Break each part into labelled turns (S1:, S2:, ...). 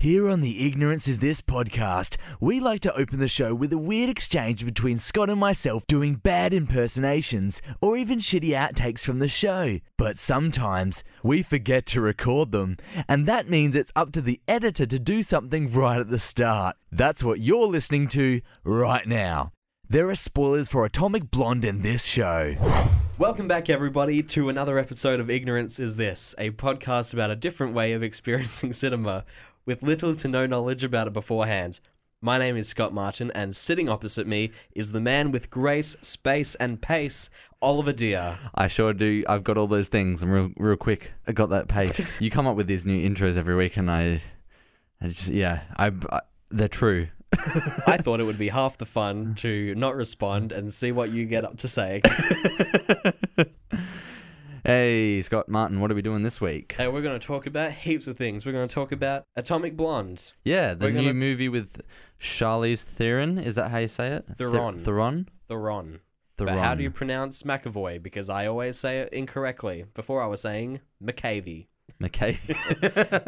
S1: Here on the Ignorance Is This podcast, we like to open the show with a weird exchange between Scott and myself doing bad impersonations or even shitty outtakes from the show. But sometimes we forget to record them, and that means it's up to the editor to do something right at the start. That's what you're listening to right now. There are spoilers for Atomic Blonde in this show.
S2: Welcome back, everybody, to another episode of Ignorance Is This, a podcast about a different way of experiencing cinema with little to no knowledge about it beforehand. My name is Scott Martin, and sitting opposite me is the man with grace, space, and pace, Oliver Dear.
S3: I sure do. I've got all those things. I'm real, real quick. I got that pace. you come up with these new intros every week, and I, I just yeah, I, I- they're true.
S2: I thought it would be half the fun to not respond and see what you get up to say.
S3: Hey, Scott Martin, what are we doing this week?
S2: hey, we're going to talk about heaps of things. We're going to talk about Atomic Blonde.
S3: Yeah, the
S2: we're
S3: new
S2: gonna-
S3: movie with Charlize Theron. Is that how you say it? Ther-
S2: Theron.
S3: Theron.
S2: Theron.
S3: Theron.
S2: But how do you pronounce McAvoy? Because I always say it incorrectly. Before I was saying McAvey.
S3: McKay?
S2: Um,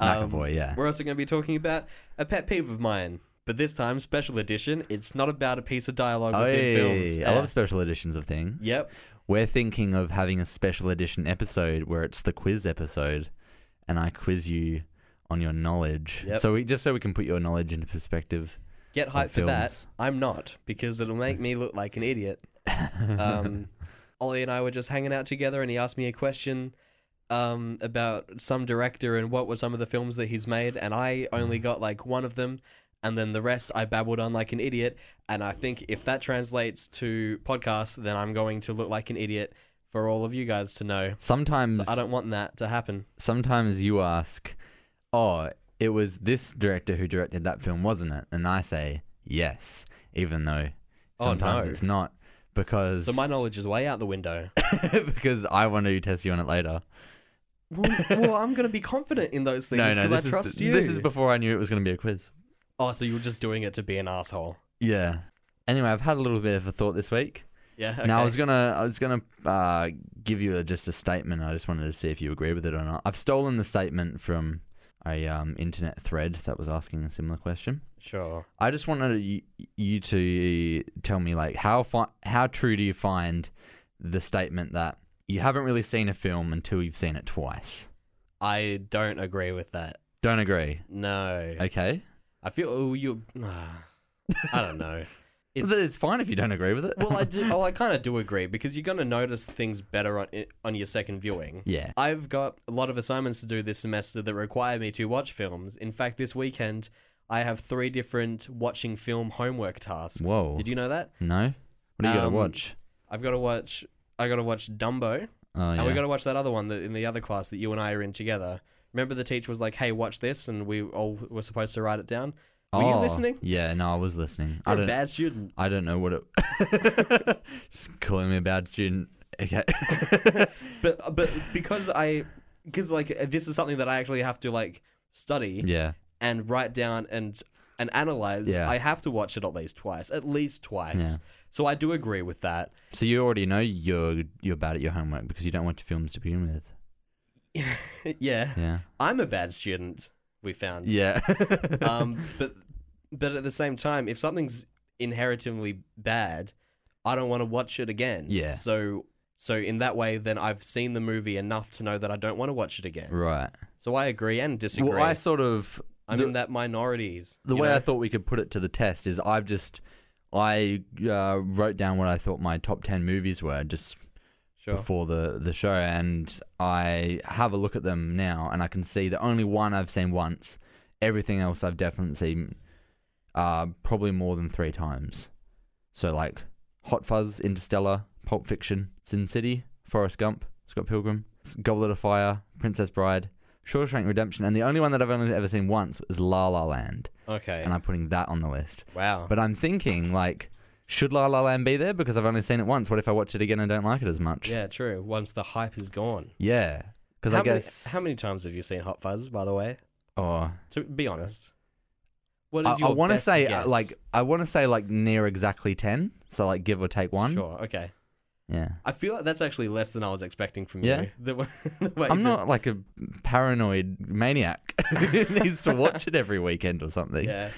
S3: McAvoy. Yeah.
S2: We're also going to be talking about a pet peeve of mine, but this time special edition. It's not about a piece of dialogue within films.
S3: Hey, I
S2: Uh,
S3: love special editions of things.
S2: Yep.
S3: We're thinking of having a special edition episode where it's the quiz episode, and I quiz you on your knowledge.
S2: Yep.
S3: So we just so we can put your knowledge into perspective.
S2: Get hyped for that.
S3: films.
S2: I'm not because it'll make me look like an idiot. Um, Ollie and I were just hanging out together, and he asked me a question. Um, about some director and what were some of the films that he's made, and I only got like one of them, and then the rest I babbled on like an idiot. And I think if that translates to podcast, then I'm going to look like an idiot for all of you guys to know.
S3: Sometimes,
S2: So I don't want that to happen.
S3: sometimes you ask, "Oh, it was this director who directed that film, wasn't it?" And I say, "Yes," even though
S2: Oh,
S3: sometimes
S2: no.
S3: it's not because
S2: So my knowledge is way out the window.
S3: because I want to test you on it later.
S2: well, well, I'm going to be confident in those things
S3: no,
S2: because
S3: no, this
S2: I trust
S3: is
S2: you.
S3: this is before I knew it was going to be a quiz.
S2: oh, so you were just doing it to be an asshole.
S3: Yeah. Anyway, I've had a little bit of a thought this week.
S2: Yeah.
S3: Now I
S2: okay.
S3: was gonna, I was gonna uh, give you a, just a statement. I just wanted to see if you agree with it or not. I've stolen the statement from a um, internet thread that was asking a similar question.
S2: sure.
S3: I just wanted you, you to tell me like how fi- how true do you find the statement that you haven't really seen a film until you've seen it twice?
S2: I don't agree with that.
S3: Don't agree.
S2: No. I,
S3: Okay,
S2: feel oh you. ah, I don't know.
S3: Well,
S2: It's-
S3: then it's fine if you don't agree with it.
S2: well, I do, oh, I kind of do agree because you're going to notice things better on on your second viewing.
S3: yeah.
S2: I've got a lot of assignments to do this semester that require me to watch films. In fact, this weekend I have three different watching film homework tasks.
S3: Whoa.
S2: Did you know that?
S3: No. What do you got to
S2: Um,
S3: watch?
S2: I've got to watch. I got to watch Dumbo,
S3: Oh,
S2: and
S3: yeah.
S2: we got to watch that other one that in the other class that you and I are in together. Remember, the teacher was like, "Hey, watch this," and we all were supposed to write it down. Were you
S3: Oh,
S2: listening?
S3: Yeah, no, I was listening. I
S2: You're
S3: don't.
S2: a bad student.
S3: I don't know what it. Just calling me a bad student. Okay.
S2: But but because I, because like this is something that I actually have to like study
S3: yeah.
S2: and write down and and analyze.
S3: Yeah.
S2: I have to watch it at least twice, at least twice.
S3: Yeah.
S2: So I do agree with that.
S3: So you already know you're you're bad at your homework because you don't watch films to begin with.
S2: yeah,
S3: Yeah.
S2: I'm a bad student. We found.
S3: Yeah.
S2: um, but but at the same time, if something's inherently bad, I don't want to watch it again.
S3: Yeah.
S2: So so in that way, then I've seen the movie enough to know that I don't want to watch it again.
S3: right.
S2: So I agree and disagree.
S3: Well, I sort of
S2: I'm
S3: the-
S2: in that minorities.
S3: the
S2: you
S3: way
S2: know?
S3: I thought we could put it to the test is I've just I uh, wrote down what I thought my top ten movies were just
S2: Sure.
S3: before the the show, and I have a look at them now, and I can see the only one I've seen once. Everything else I've definitely seen, uh, probably more than three times. So like Hot Fuzz, Interstellar, Pulp Fiction, Sin City, Forrest Gump, Scott Pilgrim, Goblet of Fire, Princess Bride, Shawshank Redemption, and the only one that I've only ever seen once is La La Land,
S2: Okay. Oh.
S3: and I'm putting that on the list.
S2: wow.
S3: But I'm thinking like. Should La La Land be there? Because I've only seen it once. What if I watch it again and don't like it as much?
S2: yeah, true. Once the hype is gone.
S3: Yeah, because
S2: how
S3: I guess
S2: many, how many times have you seen Hot Fuzz? By the way,
S3: Oh,
S2: to be honest, what
S3: I,
S2: is your
S3: want to
S2: best
S3: say uh,
S2: guess?
S3: like I want to say like near exactly ten. So like give or take one.
S2: sure okay.
S3: Yeah.
S2: I feel like that's actually less than I was expecting from
S3: Yeah?
S2: you. The, way- the way
S3: I'm
S2: you-
S3: not like a paranoid maniac who needs to watch it every weekend or something.
S2: Yeah,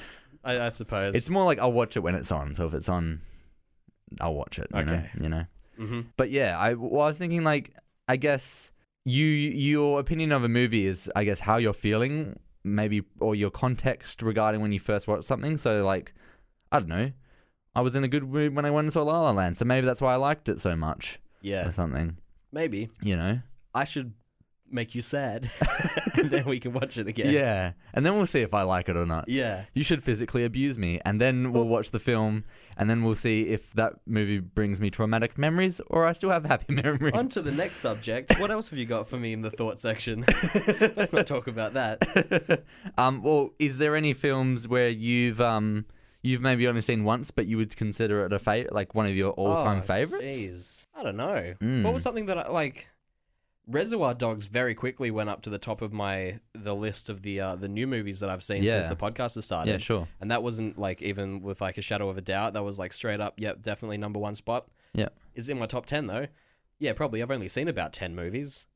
S2: I, I suppose.
S3: It's more like I'll watch it when it's on. So if it's on, I'll watch it. You know,
S2: Okay.
S3: you know.
S2: hmm
S3: But yeah, I, well, I was thinking like I guess you your opinion of a movie is I guess how you're feeling maybe or your context regarding when you first watched something. So like I don't know, I was in a good mood when I went and saw La La Land, so maybe that's why I liked it so much
S2: Yeah,
S3: or something.
S2: maybe
S3: You know?
S2: I should make you sad, and then we can watch it again.
S3: yeah, and then we'll see if I like it or not.
S2: yeah,
S3: You should physically abuse me, and then we'll watch the film, and then we'll see if that movie brings me traumatic memories or I still have happy memories.
S2: On to the next subject. What else have you got for me in the thought section? Let's not talk about that.
S3: um, well, is there any films where you've um you've maybe only seen once, but you would consider it a favorite, like one of your all-time
S2: Oh,
S3: favorites?
S2: jeez. I don't know.
S3: Mm.
S2: What was something that I like? Reservoir Dogs very quickly went up to the top of my the list of the uh, the new movies that I've seen since
S3: Yeah.
S2: the podcast has started.
S3: Yeah, sure.
S2: And that wasn't like even with like a shadow of a doubt. That was like straight up. Yep, definitely number one spot.
S3: Yep.
S2: Is in my top ten though. Yeah, probably. I've only seen about ten movies.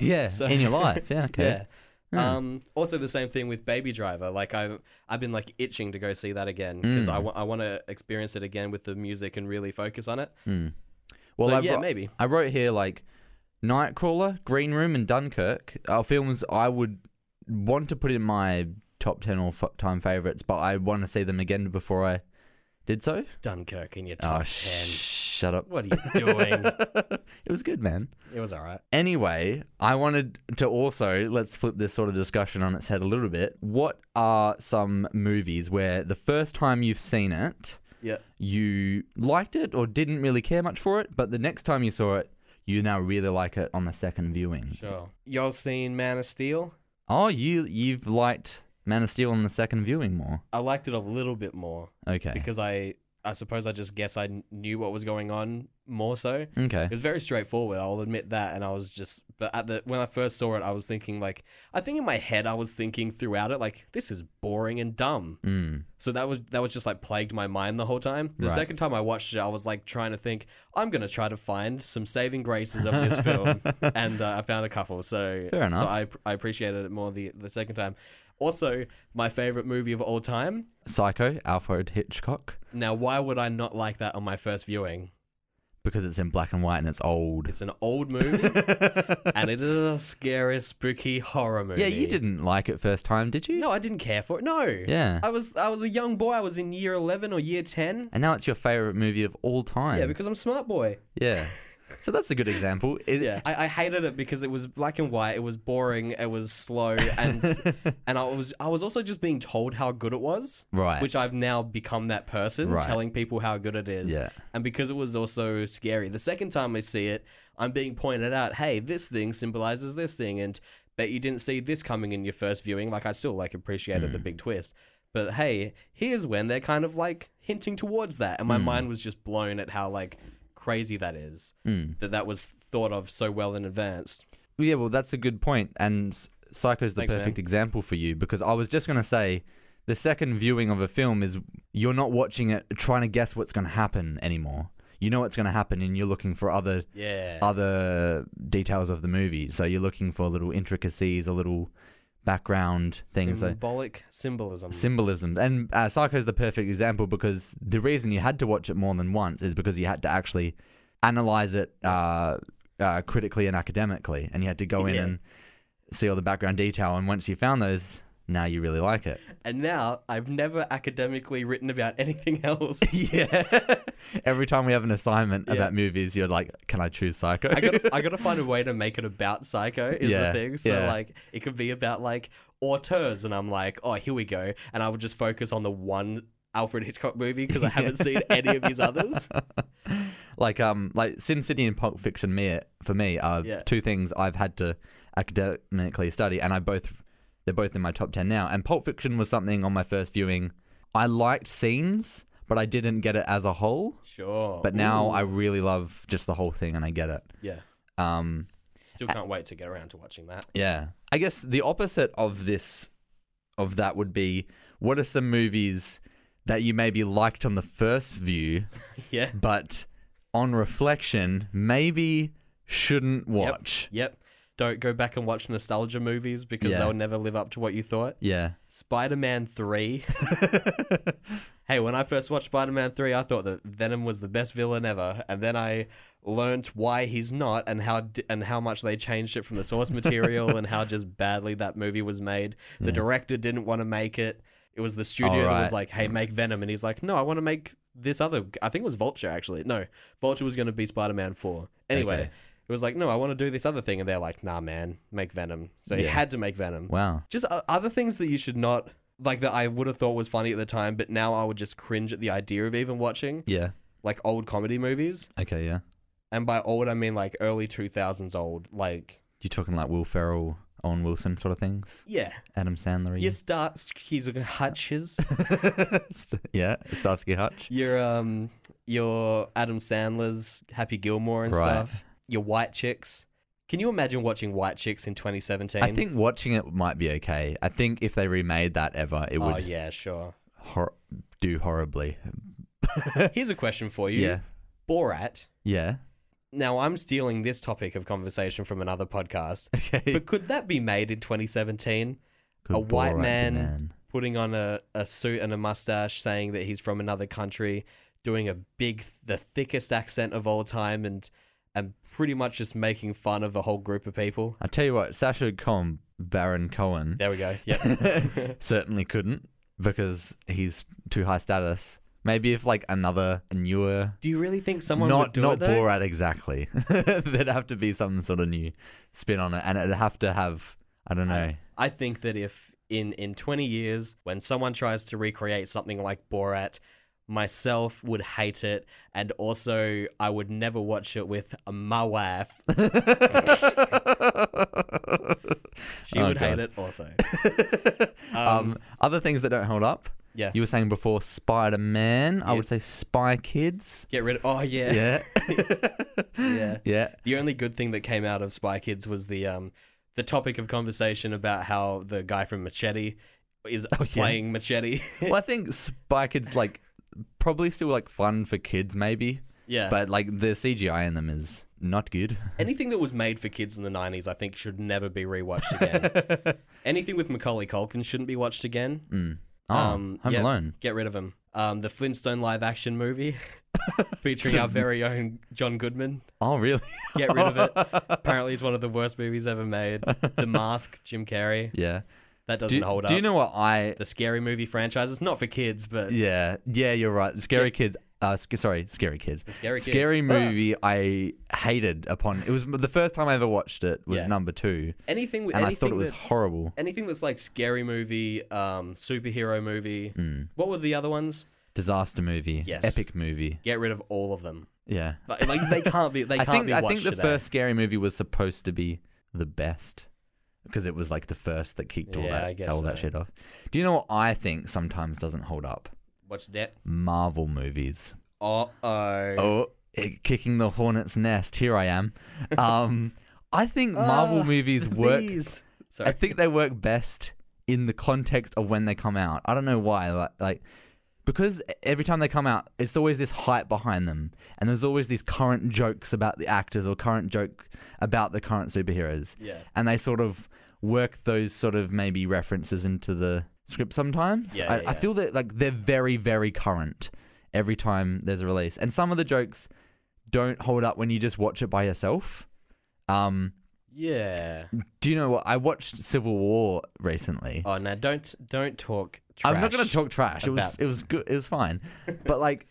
S3: yeah,
S2: So-
S3: in your life. Yeah, okay.
S2: Yeah.
S3: Hmm.
S2: Um, also, the same thing with Baby Driver. Like I, I've been like itching to go see that again because
S3: Mm.
S2: I want to experience it again with the music and really focus on it.
S3: Hmm. Well,
S2: so,
S3: I
S2: yeah,
S3: wrote,
S2: maybe.
S3: I wrote here like Nightcrawler, Green Room, and Dunkirk are films I would want to put in my top ten all-time favorites, but I want to see them again before I did so.
S2: Dunkirk in your top
S3: oh,
S2: ten.
S3: shut up.
S2: What are you doing?
S3: It was good, man.
S2: it was all right.
S3: Anyway, I wanted to also let's flip this sort of discussion on its head a little bit. What are some movies where the first time you've seen it,
S2: Yeah.
S3: you liked it or didn't really care much for it, but the next time you saw it, you now really like it on the second viewing?
S2: Sure. Y'all seen Man of Steel?
S3: Oh, you you've liked Man of Steel on the second viewing more.
S2: I liked it a little bit more
S3: Okay.
S2: because I, I suppose I just guess I kn- knew what was going on more so.
S3: okay.
S2: It was very straightforward. I'll admit that. And I was just, but at the when I first saw it, I was thinking like, I think in my head I was thinking throughout it like, this is boring and dumb.
S3: Mm.
S2: So that was that was just like plagued my mind the whole time. The
S3: Right.
S2: second time I watched it, I was like trying to think, I'm gonna try to find some saving graces of this film, and uh, I found a couple. So
S3: Fair enough.
S2: So I I appreciated it more the the second time. Also, my favorite movie of all time.
S3: Psycho, Alfred Hitchcock,
S2: Now, why would I not like that on my first viewing?
S3: because it's in black and white and it's old.
S2: It's an old movie. and it is a scary, spooky horror movie.
S3: yeah, you didn't like it first time, did you?
S2: No, I didn't care for it. No.
S3: Yeah.
S2: I was I was a young boy. I was in year eleven or year ten.
S3: And now it's your favorite movie of all time.
S2: Yeah, because I'm smart boy.
S3: Yeah. So that's a good example. Is-
S2: Yeah, I, I hated it because it was black and white. It was boring. It was slow, and and I was I was also just being told how good it was.
S3: Right.
S2: Which I've now become that person
S3: Right.
S2: telling people how good it is.
S3: Yeah.
S2: And because it was also scary, the second time I see it, I'm being pointed out, hey, this thing symbolizes this thing, and bet you didn't see this coming in your first viewing. Like I still like appreciated
S3: Mm.
S2: the big twist. But hey, here's when they're kind of like hinting towards that,
S3: Mm.
S2: and my mind was just blown at how like crazy that is
S3: Mm.
S2: that that was thought of so well in advance.
S3: Yeah, well, that's a good point. And S- Psycho's the
S2: Thanks,
S3: perfect
S2: man.
S3: example for you because I was just going to say the second viewing of a film is you're not watching it trying to guess what's going to happen anymore. You know what's going to happen and you're looking for other
S2: Yeah.
S3: Oh, other details of the movie. So you're looking for little intricacies or little background things. So
S2: Symbolic symbolism.
S3: symbolism. And uh, Psycho is the perfect example because the reason you had to watch it more than once is because you had to actually analyze it uh, uh, critically and academically, and you had to go in
S2: Yeah.
S3: and see all the background detail. And once you found those, now you really like it.
S2: and now I've never academically written about anything else.
S3: yeah. Every time we have an assignment
S2: Yeah.
S3: about movies, you're like, "Can I choose Psycho?"
S2: I gotta, I gotta find a way to make it about Psycho is
S3: Yeah,
S2: the thing. So
S3: yeah.
S2: like, it could be about like auteurs, and I'm like, oh, here we go, and I would just focus on the one Alfred Hitchcock movie because I haven't seen any of his others.
S3: like um like Sin City and Pulp Fiction me for me are
S2: Yeah.
S3: two things I've had to academically study and I both they're both in my top 10 now and Pulp Fiction was something on my first viewing I liked scenes but I didn't get it as a whole
S2: Sure,
S3: but now I really love just the whole thing and I get it
S2: yeah,
S3: um
S2: still can't wait to get around to watching that.
S3: yeah. I guess the opposite of this of that would be what are some movies that you maybe liked on the first view
S2: Yeah,
S3: but on reflection, maybe shouldn't watch.
S2: Yep. Don't go back and watch nostalgia movies because
S3: Yeah.
S2: they'll never live up to what you thought.
S3: Yeah.
S2: Spider Man 3. hey, when I first watched Spider Man 3, I thought that Venom was the best villain ever. And then I learnt why he's not and how di- and how much they changed it from the source material and how just badly that movie was made. The
S3: Yeah.
S2: director didn't want to make it. It was the studio that was
S3: Alright.
S2: like, hey, make Venom. And he's like, no, I want to make this other. I think it was Vulture, actually. No, Vulture was going to be Spider Man 4. Anyway.
S3: Okay.
S2: It was like, no, I want to do this other thing. And they're like, nah, man, make Venom. So he
S3: Yeah.
S2: had to make Venom
S3: Wow.
S2: just o- other things that you should not like that I would have thought was funny at the time, but now I would just cringe at the idea of even watching
S3: Yeah.
S2: like old comedy movies.
S3: Okay. Yeah.
S2: And by old, I mean like early two thousands old. Like
S3: You talking like Will Ferrell, Owen Wilson sort of things?
S2: yeah,
S3: Adam Sandler.
S2: your Star Skis Hutches,
S3: yeah. Starsky Hutch.
S2: your um, your Adam Sandler's Happy Gilmore and
S3: Right.
S2: stuff. Your White Chicks. Can you imagine watching White Chicks in 2017?
S3: I think watching it might be okay. I think if they remade that ever, it
S2: Oh
S3: would
S2: yeah, sure.
S3: hor- do horribly.
S2: Here's a question for you.
S3: Yeah.
S2: Borat.
S3: Yeah.
S2: Now I'm stealing this topic of conversation from another podcast.
S3: Okay.
S2: But could that be made in 2017?
S3: Good
S2: a white
S3: Borat, the
S2: man- Putting on a, a suit and a mustache, saying that he's from another country, doing a big, the thickest accent of all time, and and pretty much just making fun of a whole group of people.
S3: I tell you what, Sasha Com Baron Cohen
S2: There we go. Yep.
S3: certainly couldn't because he's too high status. Maybe if like another newer,
S2: do you really think someone would
S3: not
S2: do
S3: not
S2: it though?
S3: Borat exactly, there'd have to be some sort of new spin on it, and it'd have to have I don't know.
S2: I think that if in in 20 years when someone tries to recreate something like Borat myself would hate it and also I would never watch it with my wife she
S3: Oh, God.
S2: would hate it also um,
S3: um, other things that don't hold up.
S2: yeah
S3: You were saying before Spider Man. I
S2: Yeah.
S3: would say Spy Kids.
S2: get rid of oh yeah. yeah
S3: Yeah, yeah.
S2: the only good thing that came out of Spy Kids was the um the topic of conversation about how the guy from Machete is
S3: Oh,
S2: playing Machete
S3: Well, I think Spy Kids like probably still like fun for kids, maybe.
S2: yeah
S3: But like the CGI in them is not good.
S2: Anything that was made for kids in the 90s, I think, should never be rewatched again. Anything with Macaulay Culkin shouldn't be watched again.
S3: Mm. Oh,
S2: Um,
S3: Home
S2: yeah.
S3: Alone.
S2: Get rid of him. Um, the Flintstone live action movie featuring our very own John Goodman.
S3: Oh, really?
S2: Get rid of it. Apparently, it's one of the worst movies ever made. The Mask, Jim Carrey.
S3: Yeah.
S2: That doesn't
S3: Do,
S2: hold up.
S3: do you know what I?
S2: the scary movie franchise? It's not for kids, but
S3: Yeah, yeah, you're right. Scary Kids. Uh, sc- sorry, Scary Kids.
S2: Scary Kids. Ah.
S3: Scary movie. I hated upon. It was the first time I ever watched it. Was
S2: Yeah.
S3: number two,
S2: anything with
S3: and I
S2: anything
S3: thought it was
S2: that's,
S3: horrible.
S2: Anything that's like scary movie, um, superhero movie.
S3: Mm.
S2: What were the other ones?
S3: Disaster movie.
S2: Yes.
S3: Epic movie.
S2: Get rid of all of them.
S3: Yeah.
S2: Like, like, they can't be. They
S3: I
S2: can't
S3: think
S2: be
S3: I
S2: watched
S3: think the
S2: today.
S3: first Scary movie was supposed to be the best because it was like the first that kicked all
S2: Yeah,
S3: that
S2: I guess
S3: all that
S2: so.
S3: shit off. Do you know what I think sometimes doesn't hold up?
S2: Watch that.
S3: Marvel movies.
S2: Uh oh.
S3: Oh, eh, kicking the hornet's nest. Here I am. Um, I think Marvel
S2: Ah,
S3: movies work. I
S2: Sorry.
S3: think they work best in the context of when they come out. I don't know why. Like, like because e-, every time they come out, it's always this hype behind them, and there's always these current jokes about the actors or current joke about the current superheroes,
S2: Yeah.
S3: and they sort of work those sort of maybe references into the script sometimes.
S2: Yeah,
S3: I,
S2: yeah,
S3: I
S2: yeah.
S3: feel that like they're very very current every time there's a release, and some of the jokes don't hold up when you just watch it by yourself. Um,
S2: Yeah.
S3: do you know what? I watched Civil War recently.
S2: Oh no! Don't don't talk. Trash.
S3: I'm not going to talk trash. It was
S2: about-
S3: it was good. It was fine. But like,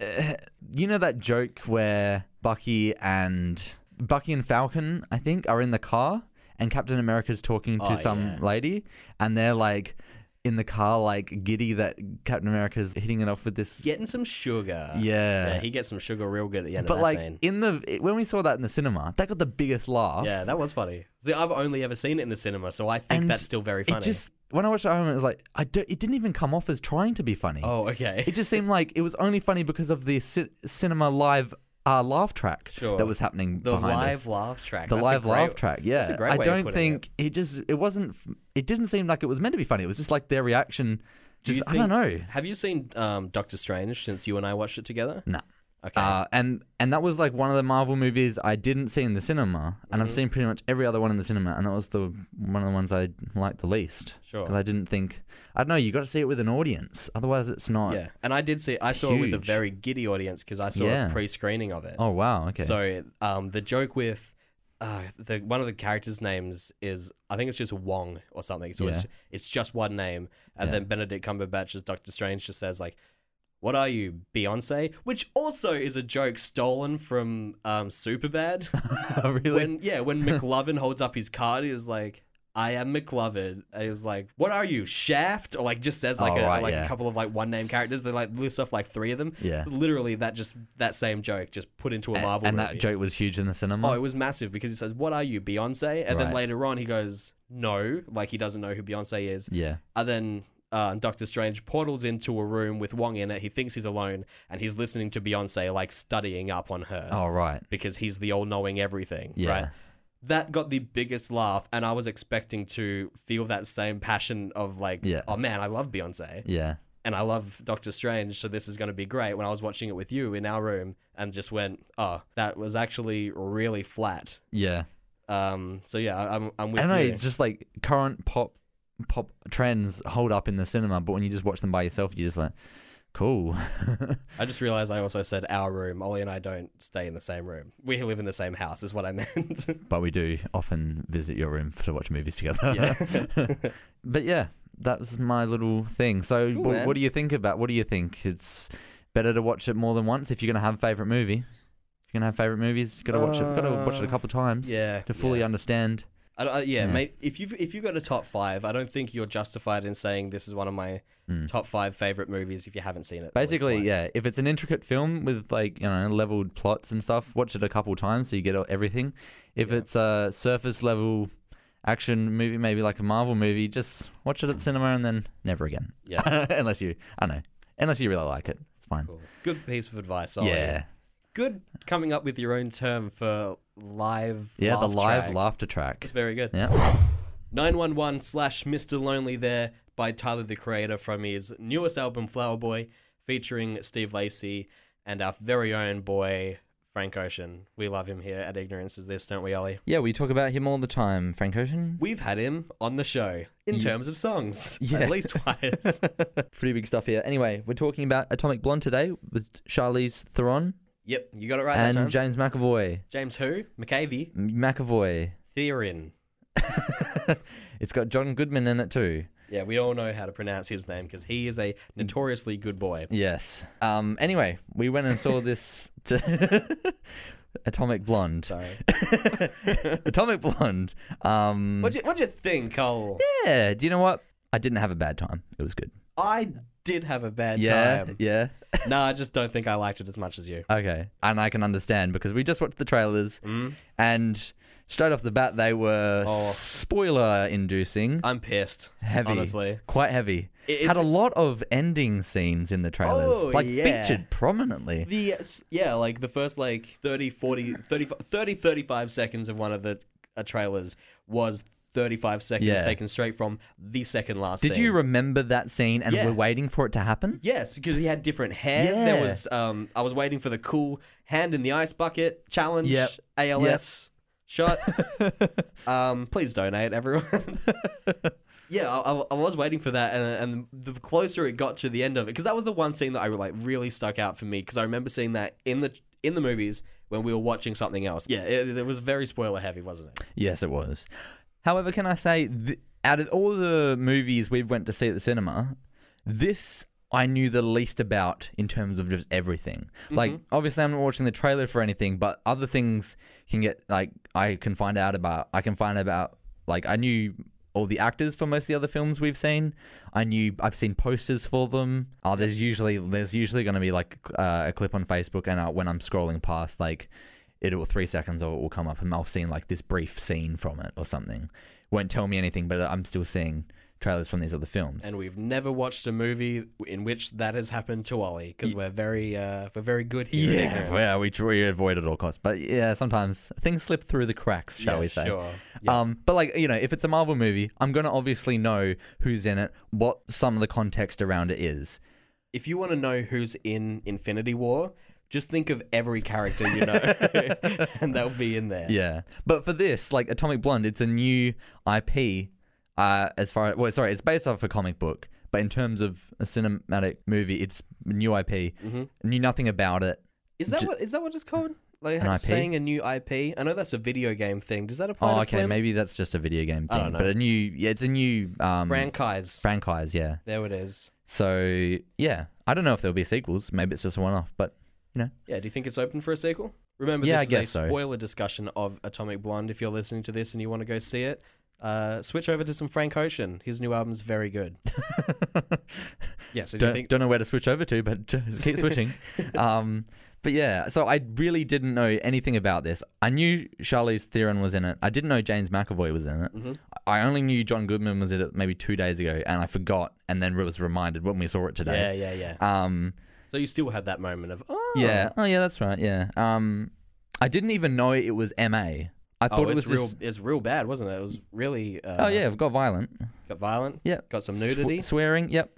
S3: eh, you know that joke where Bucky and Bucky and Falcon, I think, are in the car, and Captain America's talking to
S2: Oh,
S3: some
S2: yeah.
S3: lady, and they're like in the car, like giddy that Captain America's hitting it off with this.
S2: Getting some sugar.
S3: Yeah.
S2: Yeah. He gets some sugar real good at the end
S3: but
S2: of that
S3: like
S2: scene.
S3: in the it- when we saw that in the cinema, that got the biggest laugh.
S2: Yeah, that was funny. See, I've only ever seen it in the cinema, so I think
S3: And
S2: that's still very
S3: It
S2: funny.
S3: just when I watched it at home, it was like I don't, it didn't even come off as trying to be funny.
S2: oh, okay.
S3: It just seemed like it was only funny because of the ci- cinema live uh, laugh track
S2: Sure.
S3: that was happening
S2: the
S3: behind
S2: live
S3: us.
S2: laugh track.
S3: The
S2: That's a
S3: live
S2: great-
S3: laugh track, yeah.
S2: that's a great
S3: I
S2: way of
S3: don't
S2: putting
S3: think it. just it wasn't it didn't seem like it was meant to be funny. It was just like their reaction.
S2: Do
S3: Just I
S2: you
S3: don't know.
S2: Have you seen um, Doctor Strange since you and I watched it together?
S3: Nah.
S2: Okay.
S3: Uh, and and that was like one of the Marvel movies I didn't see in the cinema, and I've
S2: Mhm.
S3: seen pretty much every other one in the cinema, and that was the one of the ones I liked the least.
S2: sure.
S3: 'Cause I didn't think I don't know. You got to see it with an audience, otherwise it's not.
S2: yeah. And I did see. I saw it with a
S3: Huge.
S2: very giddy audience because I saw
S3: Yeah.
S2: a pre-screening of it.
S3: Oh wow. Okay.
S2: So um, the joke with uh, the one of the characters' names is I think it's just Wong or something. So it's it's just one name, and
S3: Yeah.
S2: then Benedict Cumberbatch as Doctor Strange just says like, "What are you, Beyonce?" Which also is a joke stolen from um, Superbad.
S3: really.
S2: when yeah, when McLovin holds up his card, he is like. I am McLovin. And he was like, "What are you, Shaft?" Or like, just says like
S3: Oh,
S2: a
S3: right,
S2: like
S3: yeah.
S2: a couple of like one name characters. They like list off like three of them.
S3: yeah.
S2: Literally, that just that same joke just put into a
S3: A-
S2: Marvel
S3: and
S2: movie.
S3: that joke was huge in the cinema.
S2: Oh, it was massive because he says, "What are you, Beyonce?" And then
S3: Right.
S2: later on, he goes, "No," like he doesn't know who Beyonce is.
S3: yeah.
S2: And then uh, Doctor Strange portals into a room with Wong in it. He thinks he's alone, and he's listening to Beyonce, like studying up on her
S3: Oh right.
S2: because he's the all-knowing everything.
S3: Yeah.
S2: Right? That got the biggest laugh, and I was expecting to feel that same passion of like,
S3: Yeah.
S2: "Oh man, I love Beyonce."
S3: Yeah.
S2: and I love Doctor Strange, so this is going to be great. When I was watching it with you in our room, and just went, oh, that was actually really flat.
S3: Yeah.
S2: Um, so yeah, I- I'm I'm
S3: I
S2: with
S3: don't know.
S2: you.
S3: It's just like current pop pop trends hold up in the cinema, but when you just watch them by yourself, you're just like, cool.
S2: I just realized I also said our room. Ollie and I don't stay in the same room. We live in the same house, is what I meant.
S3: but we do often visit your room to watch movies together.
S2: yeah.
S3: but yeah, that was my little thing. So,
S2: Cool,
S3: wh-
S2: man.
S3: what do you think about? What do you think? It's better to watch it more than once if you're gonna have a favorite movie. If you're gonna have favorite movies, you gotta watch it. Gotta watch it a
S2: Uh,
S3: couple times
S2: yeah.
S3: to fully
S2: yeah.
S3: understand.
S2: I, don't- I,
S3: Yeah.
S2: yeah, mate. If you've if you've got a top five, I don't think you're justified in saying this is one of my
S3: Mm.
S2: top five favorite movies if you haven't seen it. at least
S3: Basically,
S2: twice.
S3: yeah. If it's an intricate film with like you know leveled plots and stuff, watch it a couple times so you get all- everything. If
S2: Yeah.
S3: it's a surface level action movie, maybe like a Marvel movie, just watch it at the cinema and then never again.
S2: yeah.
S3: unless you, I know, unless you really like it, it's fine.
S2: Cool. Good piece of advice. Ollie.
S3: Yeah,
S2: good coming up with your own term for live.
S3: yeah. the
S2: laugh
S3: live
S2: track.
S3: laughter track.
S2: It's very good.
S3: Yeah,
S2: 911 slash Mr. Lonely there by Tyler the Creator from his newest album Flower Boy, featuring Steve Lacey and our very own boy Frank Ocean. We love him here at Ignorance Is This, don't we, Ollie?
S3: yeah. We talk about him all the time, Frank Ocean.
S2: We've had him on the show in
S3: Ye-
S2: terms of songs,
S3: Yeah.
S2: at least twice.
S3: Pretty big stuff here. Anyway, we're talking about Atomic Blonde today with Charlize Theron
S2: yep, you got it right that
S3: and
S2: time.
S3: James McAvoy.
S2: James who? McAvey.
S3: McAvoy.
S2: Theron.
S3: it's got John Goodman in it too.
S2: Yeah, we all know how to pronounce his name because he is a notoriously good boy.
S3: Yes. Um. Anyway, we went and saw this to Atomic Blonde.
S2: Sorry.
S3: Atomic Blonde. Um.
S2: What'd you, what'd you think, Cole?
S3: yeah. Do you know what? I didn't have a bad time. It was good.
S2: I did have a bad
S3: yeah.
S2: time.
S3: Yeah.
S2: no, I just don't think I liked it as much as you.
S3: Okay. And I can understand because we just watched the trailers
S2: Mm?
S3: and straight off the bat they were
S2: Oh.
S3: spoiler inducing.
S2: I'm pissed.
S3: Heavy.
S2: Honestly.
S3: Quite heavy.
S2: It- it's-
S3: Had a lot of ending scenes in the trailers.
S2: Oh,
S3: like
S2: yeah.
S3: featured prominently.
S2: The, yeah, like the first like 30, 40, 30, 30 35 seconds of one of the uh, trailers was 35 seconds
S3: Yeah.
S2: taken straight from the second last
S3: Did
S2: scene.
S3: you remember that scene and
S2: Yeah.
S3: were waiting for it to happen?
S2: Yes, because he had different hair. There
S3: Yeah.
S2: was um I was waiting for the cool hand in the ice bucket challenge
S3: Yep.
S2: ALS shot. um please donate everyone. yeah, I, I- I was waiting for that and and the closer it got to the end of it because that was the one scene that I like really stuck out for me because I remember seeing that in the in the movies when we were watching something else. Yeah, it, it was very spoiler heavy, wasn't it?
S3: Yes, it was. However, can I say, th- out of all the movies we've went to see at the cinema, this I knew the least about in terms of just everything. Like, obviously, I'm not watching the trailer for anything, but other things can get like I can find out about. I can find about like I knew all the actors for most of the other films we've seen. I knew I've seen posters for them. Oh, there's usually there's usually going to be like uh, a clip on Facebook, and uh, when I'm scrolling past, like it'll three seconds or it will come up and I'll see like this brief scene from it or something. Won't tell me anything, but I'm still seeing trailers from these other films.
S2: And we've never watched a movie in which that has happened to Ollie because we're very uh, we're very good here. at
S3: yeah,
S2: ignorance.
S3: well, we, tr- we avoid at all costs, but yeah, sometimes things slip through the cracks, shall
S2: Yeah,
S3: we say?
S2: Sure. Yeah.
S3: Um, but like you know, if it's a Marvel movie, I'm gonna obviously know who's in it, what some of the context around it is.
S2: if you want to know who's in Infinity War, Just think of every character you know, and they'll be in there.
S3: Yeah. But for this, like Atomic Blonde, it's a new IP. Uh, as far as, well, sorry, it's based off a comic book, but in terms of a cinematic movie, it's new IP.
S2: Mhm.
S3: Knew nothing about it.
S2: Is that
S3: Ju-
S2: what is that what it's called? Like
S3: An IP?
S2: saying a new IP. I know that's a video game thing. Does that apply?
S3: Oh,
S2: to
S3: okay,
S2: Flim?
S3: maybe that's just a video game
S2: I
S3: thing,
S2: don't
S3: but
S2: know.
S3: a new, yeah, it's a new um,
S2: Franchise.
S3: franchise, yeah.
S2: there it is.
S3: So yeah, I don't know if there'll be sequels. Maybe it's just a one-off, but
S2: Yeah. Do you think it's open for a sequel? Remember,
S3: Yeah,
S2: this
S3: I
S2: is
S3: guess
S2: a
S3: so.
S2: spoiler discussion of Atomic Blonde. If you're listening to this and you want to go see it, uh, switch over to some Frank Ocean. His new album's very good. yeah. So do
S3: don't
S2: you think?
S3: don't know where to switch over to, but just keep switching. um, but yeah, so I really didn't know anything about this. I knew Charlize Theron was in it. I didn't know James McAvoy was in it.
S2: Mhm.
S3: I only knew John Goodman was in it maybe two days ago, and I forgot, and then was reminded when we saw it
S2: Yeah,
S3: today.
S2: yeah, yeah.
S3: Um,
S2: So you still had that moment of oh
S3: yeah. Oh yeah, that's right. Yeah. Um, I didn't even know it was M.A. I
S2: Oh,
S3: thought it was
S2: it's real.
S3: just-
S2: It's real bad, wasn't it? It was really. Uh,
S3: oh yeah, I've got violent.
S2: Got violent.
S3: Yeah.
S2: Got some
S3: Swe-
S2: nudity.
S3: swearing. Yep.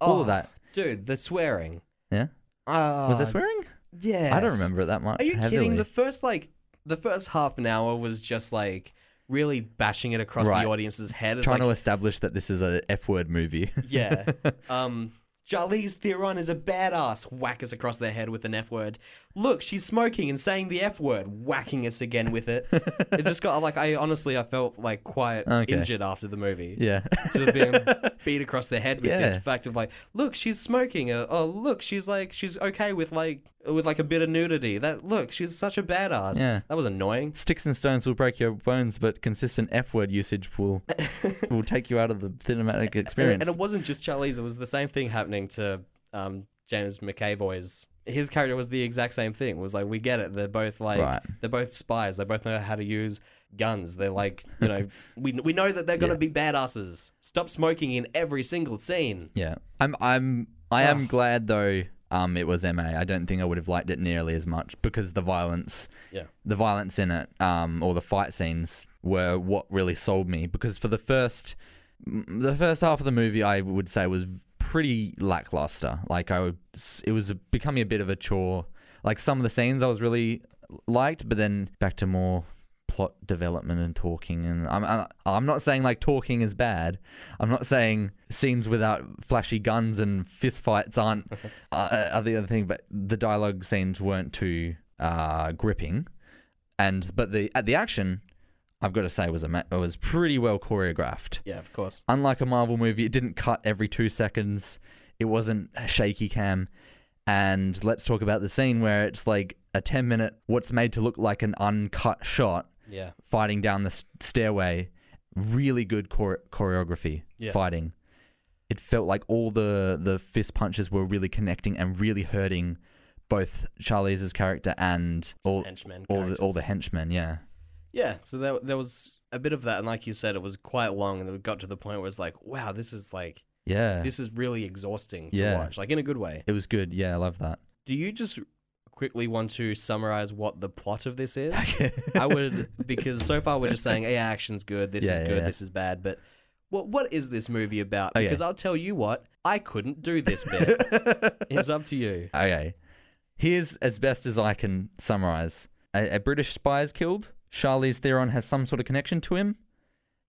S3: All
S2: Oh,
S3: of that.
S2: Dude, the swearing.
S3: Yeah.
S2: Uh,
S3: Was there swearing?
S2: Yeah.
S3: I don't remember it that much.
S2: Are you
S3: heavily.
S2: kidding? The first like the first half an hour was just like really bashing it across
S3: Right.
S2: the audience's head. It's
S3: Trying to
S2: like,
S3: establish that this is a F word movie.
S2: yeah. Um Charlize Theron is a badass. Whack us across their head with an F word. Look, she's smoking and saying the F word, whacking us again with it. it just got like I honestly I felt like quite
S3: Okay.
S2: injured after the movie.
S3: yeah.
S2: just being beat across the head with
S3: Yeah.
S2: this fact of like, look, she's smoking. Uh, oh, look, she's like, she's okay with like, with like a bit of nudity. That look, she's such a badass.
S3: Yeah.
S2: That was annoying.
S3: Sticks and stones will break your bones, but consistent F word usage will will take you out of the cinematic
S2: And,
S3: experience.
S2: and it wasn't just Charlize. It was the same thing happening to um, James McAvoy's. His character was the exact same thing. It was like, we get it. They're both like,
S3: Right.
S2: they're both spies. They both know how to use guns. They're like, you know, we we know that they're gonna
S3: Yeah.
S2: be badasses. Stop smoking in every single scene.
S3: yeah. I'm I'm I am glad though um it was MA. I don't think I would have liked it nearly as much because the violence
S2: Yeah.
S3: the violence in it um, or the fight scenes were what really sold me because for the first m- the first half of the movie I would say was pretty lackluster like I would, s- it was becoming a bit of a chore like some of the scenes I was really liked but then back to more plot development and talking and I'm I- I'm not saying like talking is bad I'm not saying scenes without flashy guns and fist fights aren't uh, are the other thing but the dialogue scenes weren't too uh, gripping and but the at the action, I've got to say was a ma- was pretty well choreographed.
S2: Yeah, of course.
S3: Unlike a Marvel movie, it didn't cut every two seconds. It wasn't a shaky cam. And let's talk about the scene where it's like a ten minute what's made to look like an uncut shot
S2: Yeah.
S3: fighting down the s- stairway. Really good chore- choreography
S2: Yeah.
S3: fighting. It felt like all the the fist punches were really connecting and really hurting both Charlize's character and all
S2: Henchmen.
S3: all the, all
S2: characters.
S3: the henchmen. Yeah,
S2: Yeah, so there, there was a bit of that, and like you said, it was quite long, and it got to the point where it's like, wow, this is like
S3: yeah.
S2: this is really exhausting to
S3: Yeah.
S2: watch, like in a good way.
S3: it was good. Yeah, I love that.
S2: Do you just quickly want to summarize what the plot of this is? I would because so far we're just saying, hey, action's good, this
S3: Yeah,
S2: is
S3: yeah,
S2: good,
S3: yeah. Oh,
S2: this is bad, but what what is this movie about?
S3: Okay.
S2: Because I'll tell you what, I couldn't do this bit. it's up to you.
S3: okay, here's as best as I can summarize: a, a British spy is killed. Charlize Theron has some sort of connection to him.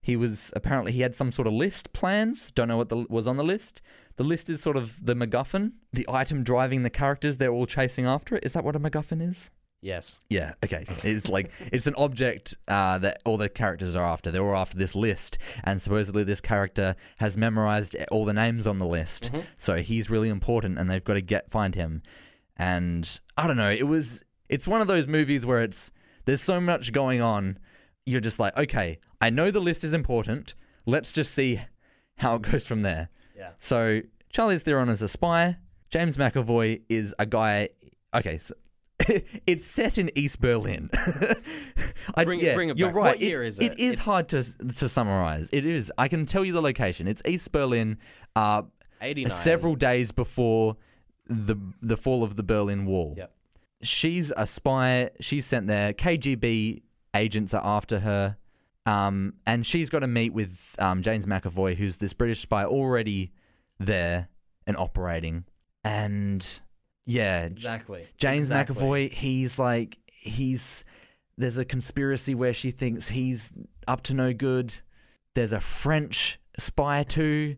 S3: He was apparently he had some sort of list plans. Don't know what the, was on the list. The list is sort of the MacGuffin, the item driving the characters. They're all chasing after it. Is that what a MacGuffin is?
S2: Yes.
S3: Yeah. Okay. It's like it's an object uh, that all the characters are after. They're all after this list, and supposedly this character has memorized all the names on the list, so he's really important, and they've got to get find him. And I don't know. It was. It's one of those movies where it's there's so much going on. You're just like, okay, I know the list is important. Let's just see how it goes from there.
S2: Yeah.
S3: So Charlie's Theron is a spy. James McAvoy is a guy. Okay, so it's set in East Berlin. I,
S2: Bring it- bring it
S3: You're
S2: back.
S3: right.
S2: What year is it?
S3: It is
S2: It's-
S3: hard to to summarize. It is. I can tell you the location. It's East Berlin. Uh,
S2: Eighty nine.
S3: several days before the the fall of the Berlin Wall.
S2: Yep.
S3: She's a spy. She's sent there. KGB agents are after her. Um, and she's got to meet with um, James McAvoy, who's this British spy already there and operating. And yeah, J-
S2: Exactly.
S3: James
S2: Exactly.
S3: McAvoy, he's like he's there's a conspiracy where she thinks he's up to no good. There's a French spy too,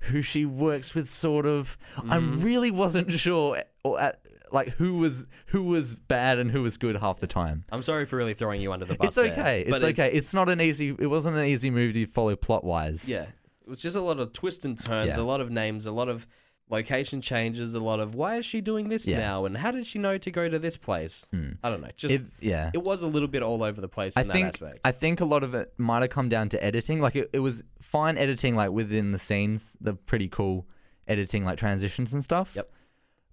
S3: who she works with sort of. I
S2: Mhm.
S3: really wasn't sure or at, like who was who was bad and who was good half the time.
S2: I'm sorry for really throwing you under the bus.
S3: It's
S2: there,
S3: okay.
S2: but
S3: It's okay. It's not an easy. It wasn't an easy movie to follow plot wise.
S2: Yeah. It was just a lot of twists and turns,
S3: Yeah.
S2: a lot of names, a lot of location changes, a lot of why is she doing this
S3: Yeah. Hmm.
S2: now and how did she know to go to this place? I don't know. Just
S3: It,
S2: it,
S3: yeah.
S2: was a little bit all over the place
S3: I
S2: in that
S3: think
S2: aspect.
S3: I think a lot of it might have come down to editing. Like it, it was fine editing, like within the scenes, the pretty cool editing, like transitions and stuff.
S2: Yep.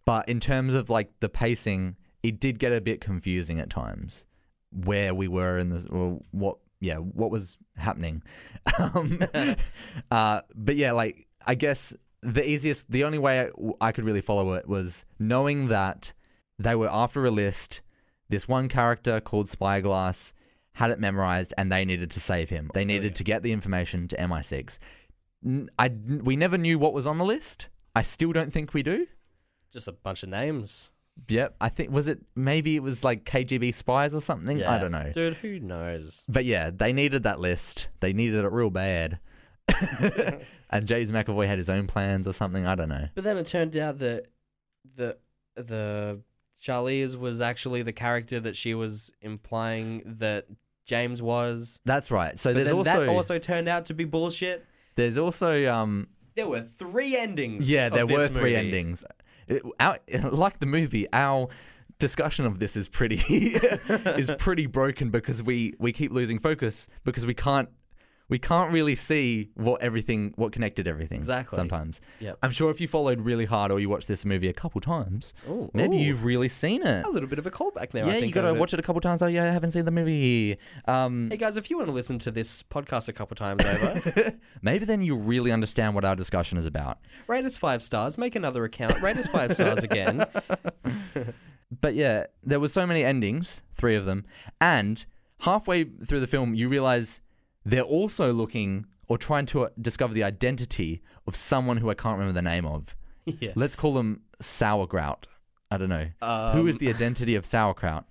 S3: But in terms of like the pacing, it did get a bit confusing at times, where we were in the or what yeah what was happening. um, uh, but yeah, like I guess the easiest, the only way I, I could really follow it was knowing that they were after a list. This one character called Spyglass had it memorized and they needed to save him. They
S2: Still,
S3: needed
S2: yeah.
S3: to get the information to MI6. N- I, we never knew what was on the list. I still don't think we do.
S2: just a bunch of names.
S3: Yep. I think, was it maybe it was like KGB spies or something? I
S2: Yeah.
S3: don't know.
S2: Dude, who knows?
S3: But yeah, they needed that list. They needed it real bad. and James McAvoy had his own plans or something. I don't know.
S2: But then it turned out that the the Charlize was actually the character that she was implying that James was.
S3: That's right. So
S2: But
S3: there's
S2: then
S3: also,
S2: that also turned out to be bullshit.
S3: there's also um
S2: There were three endings.
S3: yeah
S2: of
S3: there were
S2: this
S3: three
S2: movie.
S3: endings. It- our, like the movie, our discussion of this is pretty is pretty broken because we we keep losing focus because we can't we can't really see what everything what connected everything
S2: Exactly.
S3: sometimes.
S2: Yep.
S3: I'm sure if you followed really hard or you watched this movie a couple times,
S2: Ooh,
S3: maybe
S2: ooh. Oh,
S3: you've really seen it.
S2: a little bit of a callback there. I
S3: yeah,
S2: think,
S3: you gotta
S2: of it.
S3: watch it a couple times. Oh yeah, I haven't seen the movie. Um,
S2: Hey guys, if you want to listen to this podcast a couple times over,
S3: maybe then you really understand what our discussion is about.
S2: rate us five stars, make another account, rate us five stars again.
S3: But yeah, there were so many endings, three of them, and halfway through the film, you realize they're also looking or trying to uh, discover the identity of someone who I can't remember the name of.
S2: yeah.
S3: Let's call them sauerkraut. I don't know
S2: Um,
S3: who is the identity of sauerkraut.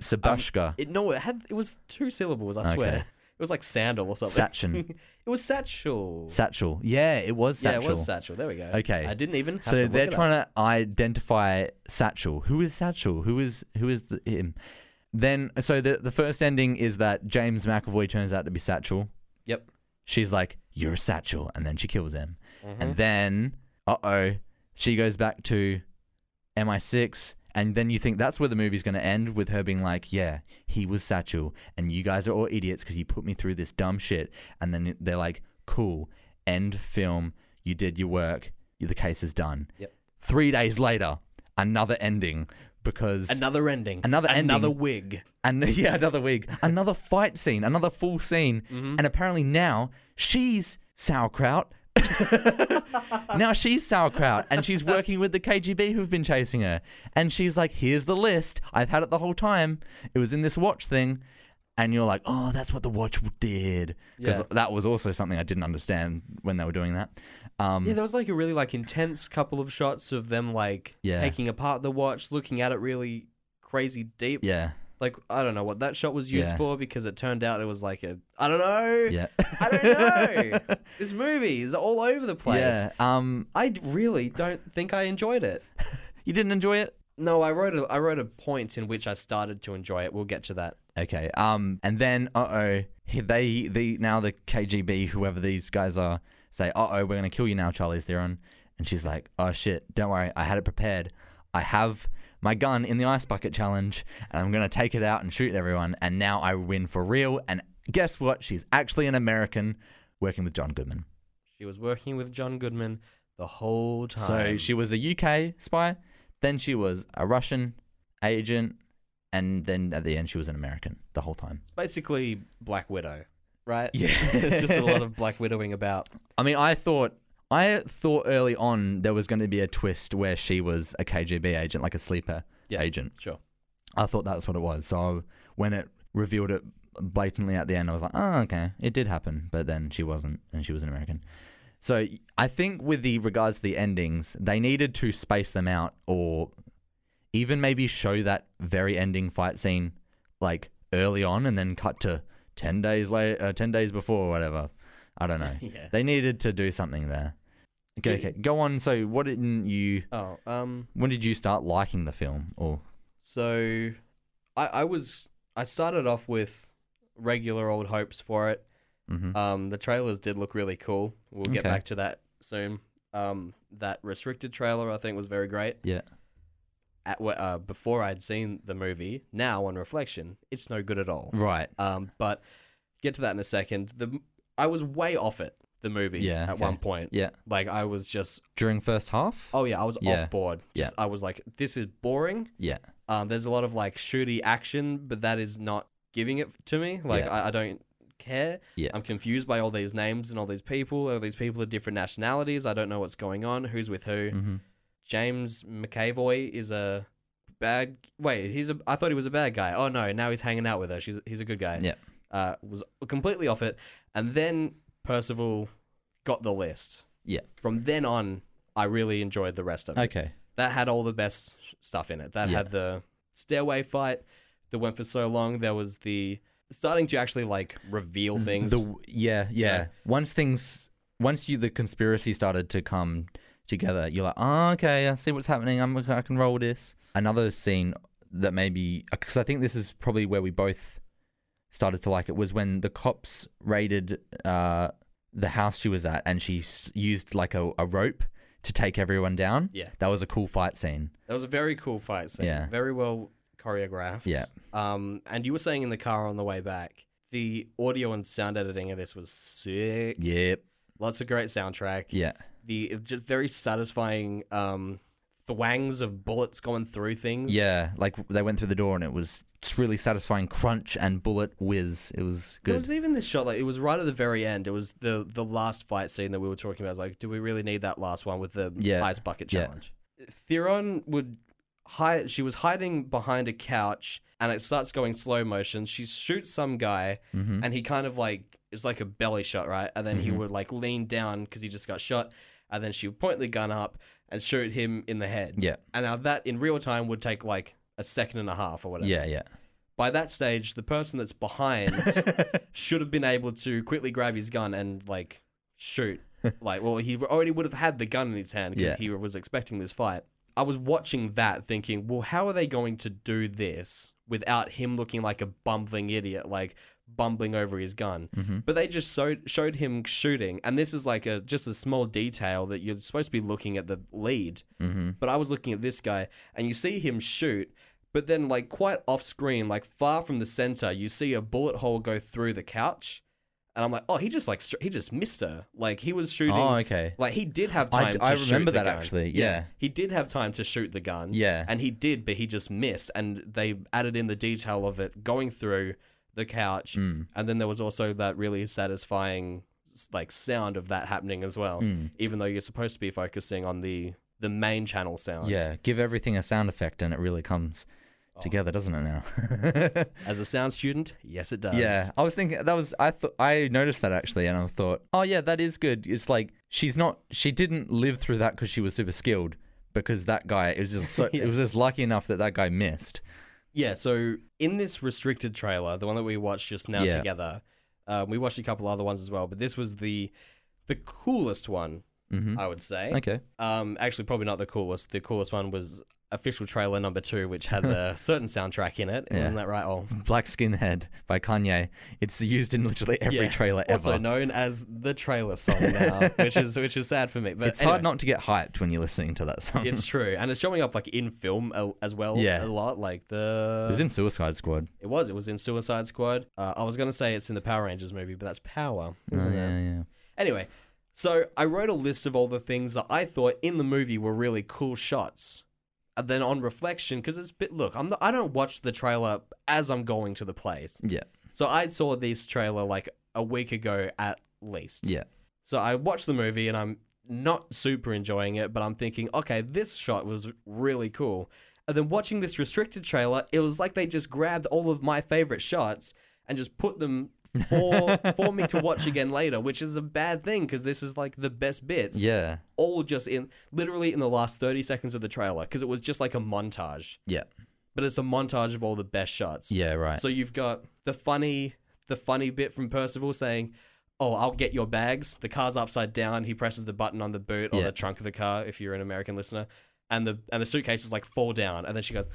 S3: Sabashka,
S2: It, no, it had it was two syllables. I
S3: Okay.
S2: swear, it was like sandal or something.
S3: Sachin,
S2: it was satchel.
S3: Satchel. Yeah, it was
S2: Yeah,
S3: Satchel.
S2: it was satchel. There we go.
S3: Okay.
S2: I didn't even. Have to
S3: So
S2: look
S3: they're
S2: it
S3: trying to identify Satchel. Who is Satchel? Who is who is the, him? Then so the the first ending is that James McAvoy turns out to be Satchel.
S2: Yep.
S3: She's like, "You're Satchel," and then she kills him.
S2: Up. Mhm.
S3: And then, uh oh, she goes back to MI6, and then you think that's where the movie's going to end with her being like, "Yeah, he was Satchel, and you guys are all idiots because you put me through this dumb shit." And then they're like, "Cool, end film. You did your work. The case is done."
S2: Yep.
S3: Three days later, another ending because
S2: another ending.
S3: Another
S2: Another
S3: ending.
S2: wig.
S3: and yeah, another wig, another fight scene, another full scene, and apparently now she's sauerkraut. now she's sauerkraut, and she's working with the KGB who've been chasing her. And she's like, "Here's the list. I've had it the whole time. It was in this watch thing." And you're like, "Oh, that's what the watch did," because
S2: Yeah.
S3: that was also something I didn't understand when they were doing that. Um,
S2: Yeah, there was like a really like intense couple of shots of them like
S3: Yeah.
S2: taking apart the watch, looking at it really crazy deep.
S3: yeah,
S2: Like I don't know what that shot was used
S3: Yeah.
S2: for because it turned out it was like a I don't know.
S3: yeah,
S2: I don't know. this movie is all over the place.
S3: yeah. Um,
S2: I d- really don't think I enjoyed it.
S3: you didn't enjoy it?
S2: No, I wrote a I wrote a point in which I started to enjoy it. We'll get to that.
S3: Okay. Um, and then uh oh, they the now the KGB whoever these guys are say, uh oh, we're gonna kill you now, Charlie's Theron, and she's like, oh shit, don't worry, I had it prepared. I have my gun in the ice bucket challenge, and I'm gonna take it out and shoot everyone, and now I win for real. And guess what? She's actually an American working with John Goodman.
S2: She was working with John Goodman the whole time.
S3: So she was a UK spy, then she was a Russian agent, and then at the end she was an American the whole time.
S2: it's basically Black Widow, right?
S3: Yeah.
S2: it's just a lot of Black Widowing about.
S3: I mean, I thought I thought early on there was going to be a twist where she was a KGB agent, like a sleeper
S2: Yeah.
S3: agent.
S2: Sure.
S3: I thought that's what it was. So when it revealed it blatantly at the end, I was like, oh, okay, it did happen. But then she wasn't, and she was an American. So I think with the regards to the endings, they needed to space them out or even maybe show that very ending fight scene like early on and then cut to 10 days later uh, 10 days before or whatever i don't know
S2: yeah.
S3: they needed to do something there okay,
S2: Yeah.
S3: okay go on so what didn't you
S2: Oh, um,
S3: when did you start liking the film or
S2: so I I was I started off with regular old hopes for it.
S3: mm-hmm.
S2: Um, the trailers did look really cool. We'll get
S3: Okay.
S2: back to that soon. Um, that restricted trailer I think was very great.
S3: yeah
S2: At wh- uh, before I'd seen the movie, now on reflection, it's no good at all.
S3: right
S2: Um, but get to that in a second. The m- I was way off it. The movie
S3: Yeah,
S2: at
S3: okay.
S2: one point.
S3: yeah
S2: Like I was just
S3: during first half
S2: oh yeah I was
S3: Yeah.
S2: off board.
S3: Yeah.
S2: Just, I was like this is boring.
S3: yeah
S2: Um, there's a lot of like shooty action, but that is not giving it to me. Like
S3: Yeah.
S2: I, I don't care.
S3: Yeah.
S2: I'm confused by all these names and all these people. All these people are different nationalities. I don't know what's going on. Who's with who?
S3: mm-hmm.
S2: James McAvoy is a bad. Wait, he's a. I thought he was a bad guy. Oh no, now he's hanging out with her. She's he's a good guy.
S3: Yeah.
S2: Uh, was completely off it, and then Percival got the list.
S3: Yeah.
S2: From then on, I really enjoyed the rest of it
S3: okay
S2: that had all the best stuff in it. That
S3: Yeah.
S2: had the stairway fight that went for so long. There was the starting to actually like reveal things.
S3: Mm-hmm. The yeah, yeah,
S2: Yeah.
S3: Once things, once you the conspiracy started to come together, you're like, oh, okay, I see what's happening. I'm, I can roll this. Another scene that maybe because I think this is probably where we both started to like it was when the cops raided uh, the house she was at, and she s- used like a, a rope to take everyone down.
S2: yeah,
S3: That was a cool fight scene.
S2: that was a very cool fight scene.
S3: Yeah.
S2: very well choreographed.
S3: Yeah.
S2: Um, and you were saying in the car on the way back, the audio and sound editing of this was sick.
S3: Yep.
S2: Lots of great soundtrack.
S3: Yeah.
S2: The just very satisfying um thwangs of bullets going through things.
S3: Yeah. Like they went through the door, and it was just really satisfying crunch and bullet whiz. It was
S2: There
S3: good.
S2: was even this shot, like it was right at the very end. It was the the last fight scene that we were talking about. Like, do we really need that last one with the
S3: Yeah.
S2: ice bucket
S3: Yeah.
S2: challenge? Theron would hide. She was hiding behind a couch, and it starts going slow motion. She shoots some guy,
S3: mm-hmm.
S2: and he kind of like it's like a belly shot, right? And then he
S3: Mhm.
S2: would like lean down because he just got shot, and then she would point the gun up and shoot him in the head.
S3: Yeah.
S2: And now that in real time would take like a second and a half or whatever.
S3: Yeah, yeah.
S2: By that stage, the person that's behind should have been able to quickly grab his gun and like shoot. like, well, he already would have had the gun in his hand because
S3: Yeah.
S2: he was expecting this fight. I was watching that thinking, well, how are they going to do this without him looking like a bumbling idiot, like bumbling over his gun?
S3: Mm-hmm.
S2: But they just so- showed him shooting, and this is like a just a small detail that you're supposed to be looking at the lead
S3: Mm-hmm.
S2: but I was looking at this guy, and you see him shoot, but then like quite off screen, like far from the center, you see a bullet hole go through the couch, and I'm like, oh, he just like str- he just missed her. Like he was shooting.
S3: Oh, okay.
S2: Like he did have
S3: I
S2: time.
S3: d-
S2: to
S3: I
S2: shoot
S3: remember
S2: the
S3: that
S2: gun.
S3: actually, yeah.
S2: he did have time to shoot the gun.
S3: Yeah.
S2: and he did, but he just missed. And they added in the detail of it going through the couch,
S3: Mm.
S2: and then there was also that really satisfying s- like sound of that happening as well.
S3: Mm.
S2: Even though you're supposed to be focusing on the the main channel sound.
S3: Yeah, give everything a sound effect and it really comes
S2: Oh.
S3: together, doesn't it now?
S2: As a sound student, yes, it does.
S3: yeah, I was thinking that was I thought I noticed that actually and I thought, "Oh yeah, that is good." It's like she's not she didn't live through that cuz she was super skilled because that guy it was just so
S2: Yeah.
S3: it was just lucky enough that that guy missed.
S2: Yeah, so in this restricted trailer, the one that we watched just now
S3: Yeah.
S2: together, um, we watched a couple other ones as well, but this was the the coolest one,
S3: Mhm.
S2: I would say.
S3: Okay.
S2: Um, actually, probably not the coolest. The coolest one was official trailer number two, which had a certain soundtrack in it.
S3: Yeah.
S2: Wasn't that right? Oh,
S3: Black Skinhead by Kanye. It's used in literally every
S2: yeah.
S3: trailer ever.
S2: Also known as the trailer song now, which is which is sad for me. But
S3: it's hard not to get hyped when you're listening to that song.
S2: It's true, and it's showing up like in film a- as well.
S3: Yeah.
S2: a lot like the
S3: it was in Suicide Squad.
S2: It was. It was in Suicide Squad. Uh, I was going to say it's in the Power Rangers movie, but that's Power, isn't
S3: Oh,
S2: it?
S3: yeah, yeah.
S2: Anyway, so I wrote a list of all the things that I thought in the movie were really cool shots. And then on reflection, because it's bit look, I'm not, I don't watch the trailer as I'm going to the place.
S3: Yeah.
S2: So I saw this trailer like a week ago at least.
S3: Yeah.
S2: So I watched the movie and I'm not super enjoying it, but I'm thinking, okay, this shot was really cool. And then watching this restricted trailer, it was like they just grabbed all of my favorite shots and just put them or for me to watch again later, which is a bad thing because this is like the best bits.
S3: Yeah.
S2: All just in literally in the last 30 seconds of the trailer because it was just like a montage,
S3: Yeah.
S2: but it's a montage of all the best shots.
S3: Yeah, right.
S2: Uh, So you've got the funny, the funny bit from Percival saying, "Oh, I'll get your bags." The car's upside down. He presses the button on the boot or
S3: Yeah.
S2: the trunk of the car, if you're an American listener, and the and the suitcases like fall down, and then she goes,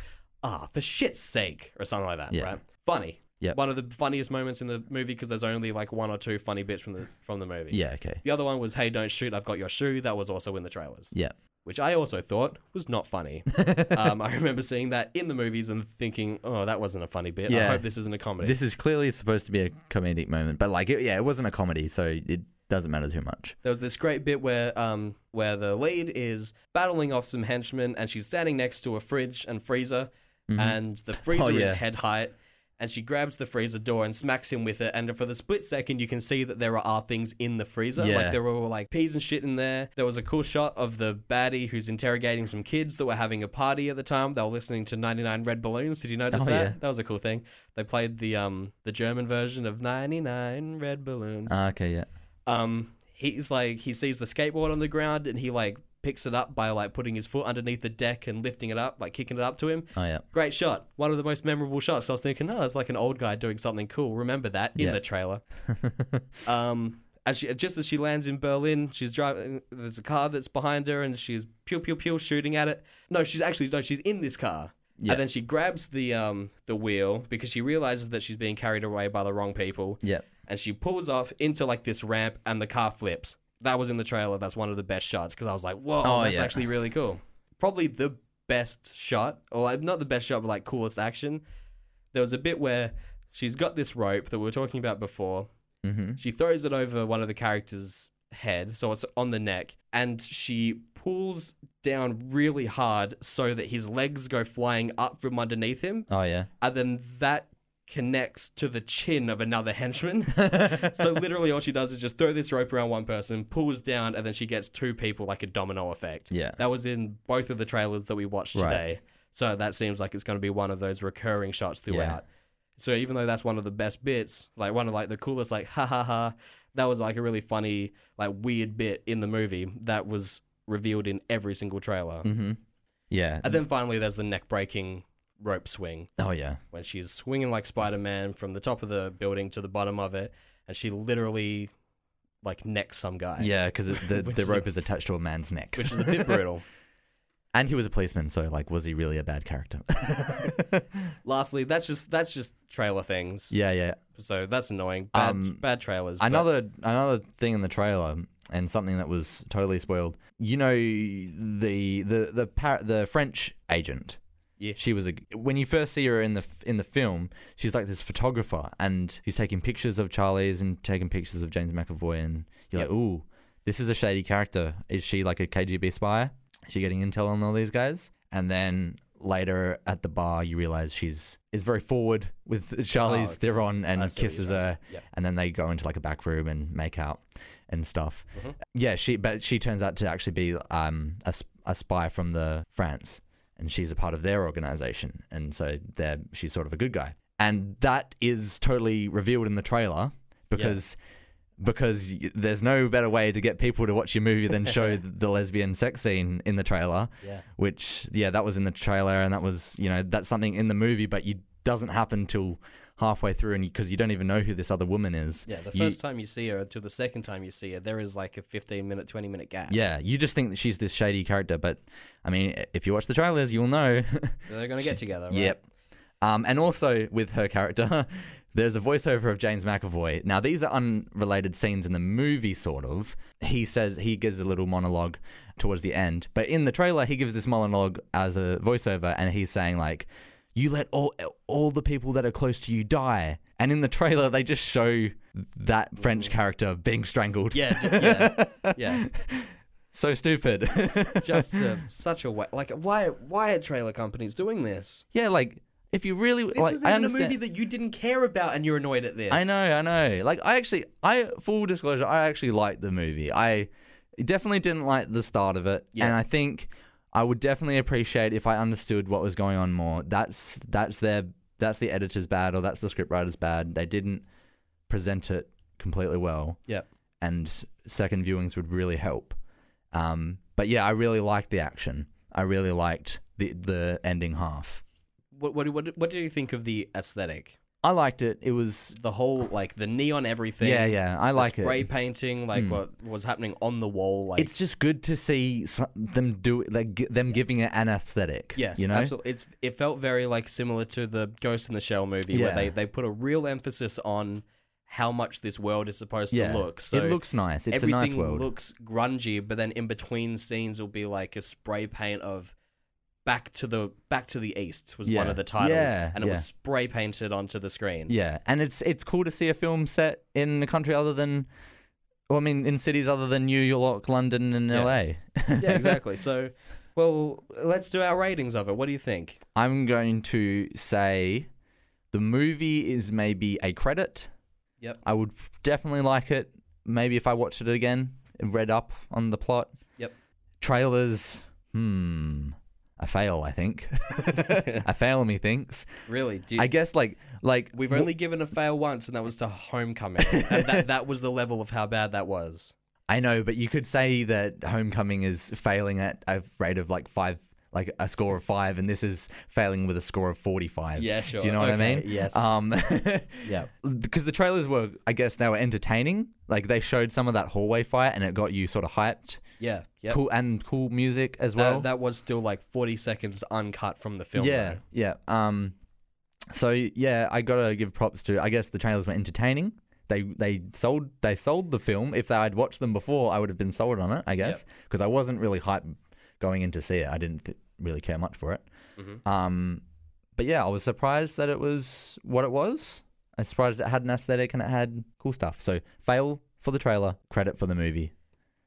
S2: "Ah, for shit's sake," or something like that.
S3: Yeah.
S2: Right? Funny.
S3: Yep.
S2: One of the funniest moments in the movie because there's only like one or two funny bits from the from the movie.
S3: yeah, okay.
S2: The other one was, "Hey, don't shoot! I've got your shoe." That was also in the trailers.
S3: Yeah.
S2: Which I also thought was not funny. um, I remember seeing that in the movies and thinking, "Oh, that wasn't a funny bit. I
S3: Yeah.
S2: hope this isn't a comedy."
S3: This is clearly supposed to be a comedic moment, but like, it, yeah, it wasn't a comedy, so it doesn't matter too much.
S2: There was this great bit where um where the lead is battling off some henchmen and she's standing next to a fridge and freezer and the freezer is
S3: Mm-hmm. Oh, yeah.
S2: head height and she grabs the freezer door and smacks him with it and for the split second you can see that there are things in the freezer like
S3: Yeah.
S2: there were all, like peas and shit in there there was a cool shot of the baddie who's interrogating some kids that were having a party at the time they were listening to 99 red balloons did you notice
S3: Oh,
S2: that
S3: yeah.
S2: that was a cool thing they played the um the german version of 99 red balloons
S3: Ah, okay, yeah.
S2: um he's like he sees the skateboard on the ground and he like picks it up by like putting his foot underneath the deck and lifting it up like kicking it up to him
S3: Oh, yeah.
S2: great shot one of the most memorable shots i was thinking oh it's like an old guy doing something cool remember that in
S3: Yeah.
S2: the trailer um and she, just as she lands in Berlin, she's driving. There's a car that's behind her, and she's pew pew pew shooting at it. No, she's actually no, she's in this car,
S3: Yeah.
S2: and then she grabs the um the wheel because she realizes that she's being carried away by the wrong people
S3: yeah.
S2: and she pulls off into like this ramp and the car flips. That was in the trailer. That's one of the best shots because I was like, whoa,
S3: Oh,
S2: that's
S3: yeah.
S2: actually really cool. Probably the best shot, or like, not the best shot, but like coolest action. There was a bit where she's got this rope that we were talking about before.
S3: Mm-hmm.
S2: She throws it over one of the characters' head, so it's on the neck, and she pulls down really hard so that his legs go flying up from underneath him
S3: Oh, yeah.
S2: and uh, then that connects to the chin of another henchman. so literally all she does is just throw this rope around one person, pulls down, and then she gets two people like a domino effect.
S3: Yeah.
S2: That was in both of the trailers that we watched
S3: Right.
S2: today. So that seems like it's going to be one of those recurring shots throughout. So even though that's one of the best bits, like one of like the coolest, like ha ha ha, that was like a really funny, like weird bit in the movie that was revealed in every single trailer.
S3: Mm-hmm. Yeah.
S2: Um, And then finally, there's the neck breaking rope swing
S3: oh, yeah.
S2: when she's swinging like Spider-Man from the top of the building to the bottom of it, and she literally like necks some guy.
S3: Yeah, because the,
S2: Which
S3: the
S2: is a-
S3: rope is attached to a man's neck.
S2: which is a bit brutal.
S3: and he was a policeman, so, like, was he really a bad character?
S2: Lastly, that's just that's just trailer things.
S3: yeah, yeah.
S2: So that's annoying. Bad,
S3: Um,
S2: bad trailers. but-
S3: Another another thing in the trailer and something that was totally spoiled. You know the the the par- the French agent.
S2: Yeah.
S3: She was a when you first see her in the f- in the film, she's like this photographer and she's taking pictures of Charlie's and taking pictures of James McAvoy and you're like, "Ooh, this is a shady character. Is she like a KGB spy? Is she getting intel on all these guys?" And then later at the bar you realize she's is very forward with Charlie's
S2: Oh, okay.
S3: Theron
S2: I
S3: and
S2: see what you're
S3: kisses
S2: trying to
S3: her
S2: say. Yep.
S3: and then they go into like a back room and make out and stuff.
S2: Mhm.
S3: Yeah, she but she turns out to actually be um a, s- a spy from the France, and she's a part of their organization, and so they're she's sort of a good guy, and that is totally revealed in the trailer because. Because y- there's no better way to get people to watch your movie than show the lesbian sex scene in the trailer,
S2: Yeah.
S3: which yeah, that was in the trailer, and that was you know that's something in the movie, but you doesn't happen till halfway through, and because you, don't even know who this other woman is.
S2: Yeah, the
S3: You-
S2: first time you see her to the second time you see her, there is like a 15 minute, 20 minute gap.
S3: Yeah, you just think that she's this shady character, but I mean, if you watch the trailers, you'll know.
S2: They're going to get together. Right?
S3: Yep. Um, and also with her character, there's a voiceover of James McAvoy. Now these are unrelated scenes in the movie, sort of. He says he gives a little monologue towards the end, but in the trailer he gives this monologue as a voiceover, and he's saying like, "You let all all the people that are close to you die." And in the trailer, they just show that French character being strangled.
S2: Mm. Yeah. ju- Yeah. yeah.
S3: So stupid.
S2: Just uh, such a way. Like, why, why are trailer companies doing this?
S3: Yeah, like if you really
S2: This
S3: like,
S2: was
S3: I
S2: even a
S3: understand.
S2: movie that you didn't care about and you're annoyed at this.
S3: I know, I know. Like I actually, I full disclosure, I actually liked the movie. I definitely didn't like the start of it,
S2: Yeah.
S3: and I think I would definitely appreciate if I understood what was going on more. That's that's their that's the editor's bad or that's the scriptwriter's bad. They didn't present it completely well.
S2: Yep.
S3: And second viewings would really help. Um, but yeah, I really liked the action. I really liked the the ending half.
S2: What what what what do you think of the aesthetic?
S3: I liked it. It was
S2: The whole like the neon everything.
S3: yeah, yeah. I
S2: the
S3: like it.
S2: spray painting, like
S3: Mm.
S2: what was happening on the wall. Like
S3: it's just good to see so- them do it, like g- them giving it an aesthetic.
S2: yes,
S3: you know.
S2: absolutely. It's it felt very like similar to the Ghost in the Shell movie where
S3: Yeah.
S2: they they put a real emphasis on how much this world is supposed
S3: Yeah,
S2: to look. So
S3: it looks nice. It's a
S2: everything
S3: nice world.
S2: looks grungy, but then in between scenes will be like a spray paint of back to the back to the east was one
S3: Yeah.
S2: of the titles,
S3: Yeah,
S2: and it
S3: yeah.
S2: was spray painted onto the screen.
S3: yeah, and it's it's cool to see a film set in a country other than, well, I mean, in cities other than New York, London, and
S2: Yeah.
S3: L.A.
S2: yeah, exactly. So, well, let's do our ratings of it. What do you think?
S3: I'm going to say the movie is maybe a credit.
S2: Yep.
S3: I would definitely like it. Maybe if I watched it again and read up on the plot.
S2: Yep.
S3: Trailers, hmm. A fail, I think. a fail, me thinks.
S2: Really? Do
S3: I guess like like
S2: we've
S3: wh-
S2: only given a fail once, and that was to Homecoming. and that, that was the level of how bad that was.
S3: I know, but you could say that Homecoming is failing at a rate of like five, like a score of five, and this is failing with a score of forty-five.
S2: Yeah, sure.
S3: Do you know what I
S2: Okay,
S3: mean?
S2: yes.
S3: Um,
S2: Yeah.
S3: because the trailers were i guess they were entertaining like they showed some of that hallway fight and it got you sort of hyped
S2: Yeah. Yeah.
S3: cool and cool music as
S2: That,
S3: well
S2: that was still like 40 seconds uncut from the film.
S3: yeah
S2: though.
S3: yeah um so yeah i gotta give props to i guess the trailers were entertaining they they sold they sold the film if i'd watched them before i would have been sold on it i guess because i wasn't really hyped going in to see it i didn't th- really care much for it
S2: Mhm.
S3: um but yeah i was surprised that it was what it was i was surprised it had an aesthetic and it had cool stuff so fail for the trailer credit for the movie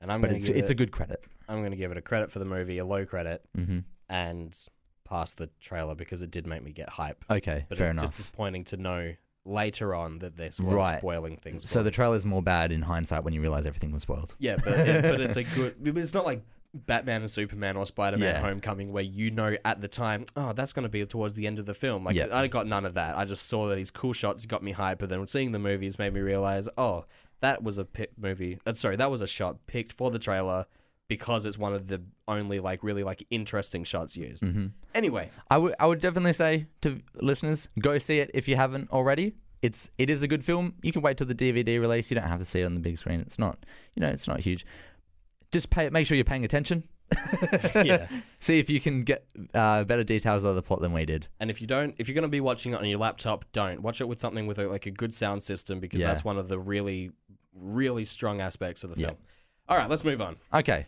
S2: And I'm
S3: but
S2: going
S3: it's
S2: to give,
S3: it's a
S2: it-
S3: good credit
S2: I'm gonna give it a credit for the movie, a low credit,
S3: mm-hmm.
S2: and pass the trailer because it did make me get hype.
S3: okay
S2: But
S3: fair
S2: it's
S3: enough
S2: just disappointing to know later on that this was
S3: Right.
S2: spoiling things.
S3: so
S2: for
S3: the
S2: me.
S3: trailer's more bad in hindsight when you realize everything was spoiled
S2: yeah, but, it- but it's a good. but It's not like Batman and Superman or Spider Man
S3: Yeah.
S2: Homecoming where you know at the time, oh, that's gonna be towards the end of the film. Like
S3: Yeah.
S2: I got none of that. I just saw that these cool shots got me hype, but then seeing the movies made me realize, oh, that was a pick movie. Uh, sorry, that was a shot picked for the trailer because it's one of the only like really like interesting shots used.
S3: mm-hmm.
S2: Anyway,
S3: I would I would definitely say to listeners, go see it if you haven't already. It's it is a good film. You can wait till the DVD release. You don't have to see it on the big screen. It's not you know it's not huge. Just pay make sure you're paying attention.
S2: yeah.
S3: See if you can get uh, better details of the plot than we did.
S2: And if you don't, if you're going to be watching it on your laptop, don't watch it with something with a, like a good sound system because
S3: Yeah.
S2: that's one of the really, really strong aspects of the
S3: Yeah.
S2: film. All right, let's move on.
S3: Okay.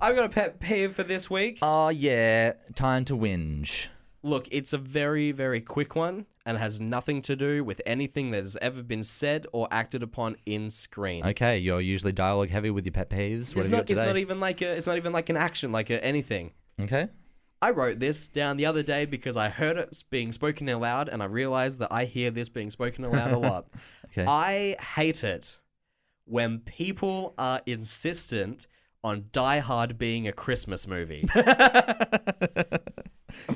S2: I've got a pet peeve for this week.
S3: Oh yeah, time to whinge.
S2: Look, it's a very, very quick one and has nothing to do with anything that has ever been said or acted upon in screen.
S3: Okay, you're usually dialogue heavy with your pet peeves. What
S2: It's
S3: have you
S2: not,
S3: got
S2: it's not
S3: today?
S2: even like a, it's not even like an action, like a, anything.
S3: okay.
S2: I wrote this down the other day because I heard it being spoken aloud and I realized that I hear this being spoken aloud a lot.
S3: Okay.
S2: I hate it when people are insistent on Die Hard being a Christmas movie.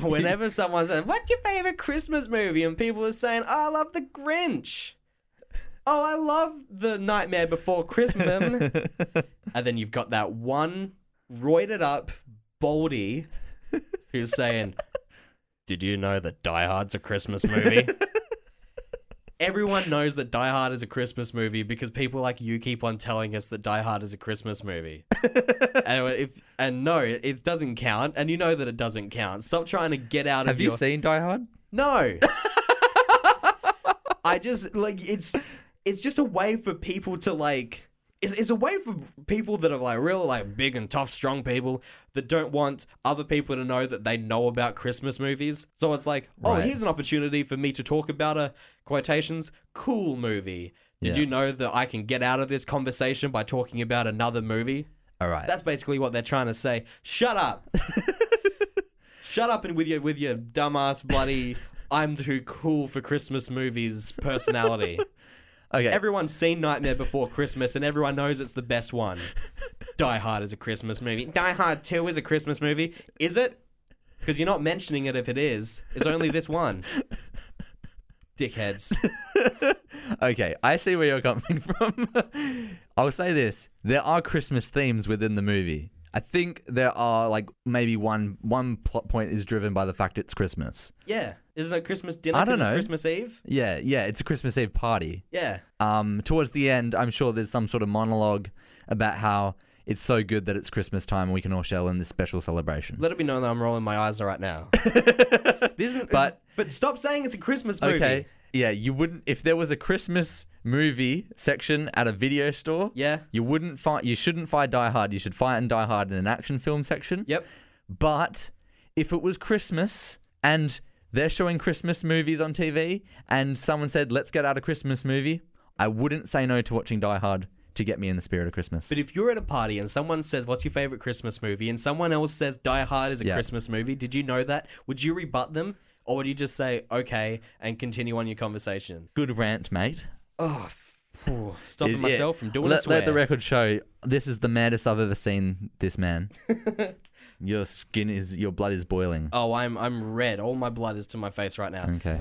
S2: Whenever someone says, What's your favorite Christmas movie? and people are saying, oh, I love The Grinch. Oh, I love The Nightmare Before Christmas. and then you've got that one roided up baldy who's saying, Did you know that Die Hard's a Christmas movie? Everyone knows that Die Hard is a Christmas movie because people like you keep on telling us that Die Hard is a Christmas movie. and if and no, it doesn't count, and you know that it doesn't count. Stop trying to get out of
S3: Have you
S2: your
S3: seen Die Hard?
S2: no. I just like it's it's just a way for people to like it's, it's a way for people that are like real like big and tough strong people that don't want other people to know that they know about Christmas movies. So it's like, oh,
S3: Right.
S2: here's an opportunity for me to talk about a quotations cool movie. Did
S3: Yeah.
S2: you know that I can get out of this conversation by talking about another movie?
S3: All right.
S2: That's basically what they're trying to say. Shut up. Shut up and with your with your dumbass bloody I'm too cool for Christmas movies personality.
S3: okay.
S2: Everyone's seen Nightmare Before Christmas and everyone knows it's the best one. Die Hard is a Christmas movie. Die Hard 2 is a Christmas movie. Is it? Because you're not mentioning it if it is. It's only this one. Dickheads.
S3: Okay, I see where you're coming from. I'll say this: there are Christmas themes within the movie. I think there are like maybe one one plot point is driven by the fact it's Christmas.
S2: Yeah. Isn't it Christmas dinner?
S3: I don't
S2: 'cause it's
S3: know.
S2: Christmas Eve?
S3: Yeah, yeah, it's a Christmas Eve party.
S2: Yeah.
S3: Um, towards the end, I'm sure there's some sort of monologue about how it's so good that it's Christmas time and we can all share in this special celebration.
S2: Let it be known that I'm rolling my eyes right now. this isn't,
S3: But-
S2: but stop saying it's a Christmas movie.
S3: Okay. Yeah, you wouldn't if there was a Christmas movie section at a video store.
S2: Yeah.
S3: You wouldn't fight. You shouldn't fight Die Hard. You should fight and Die Hard in an action film section.
S2: Yep.
S3: But if it was Christmas and they're showing Christmas movies on TV, and someone said, "Let's get out a Christmas movie," I wouldn't say no to watching Die Hard to get me in the spirit of Christmas.
S2: But if you're at a party and someone says, "What's your favorite Christmas movie?" and someone else says, "Die Hard is a
S3: Yeah.
S2: Christmas movie," did you know that? Would you rebut them, or would you just say, "Okay," and continue on your conversation?
S3: Good rant, mate.
S2: Oh, f- phew, stopping
S3: Yeah.
S2: myself from doing a
S3: let,
S2: swear.
S3: let the record show this is the maddest I've ever seen this man. your skin is, your blood is boiling.
S2: oh, I'm I'm red. All my blood is to my face right now.
S3: Okay.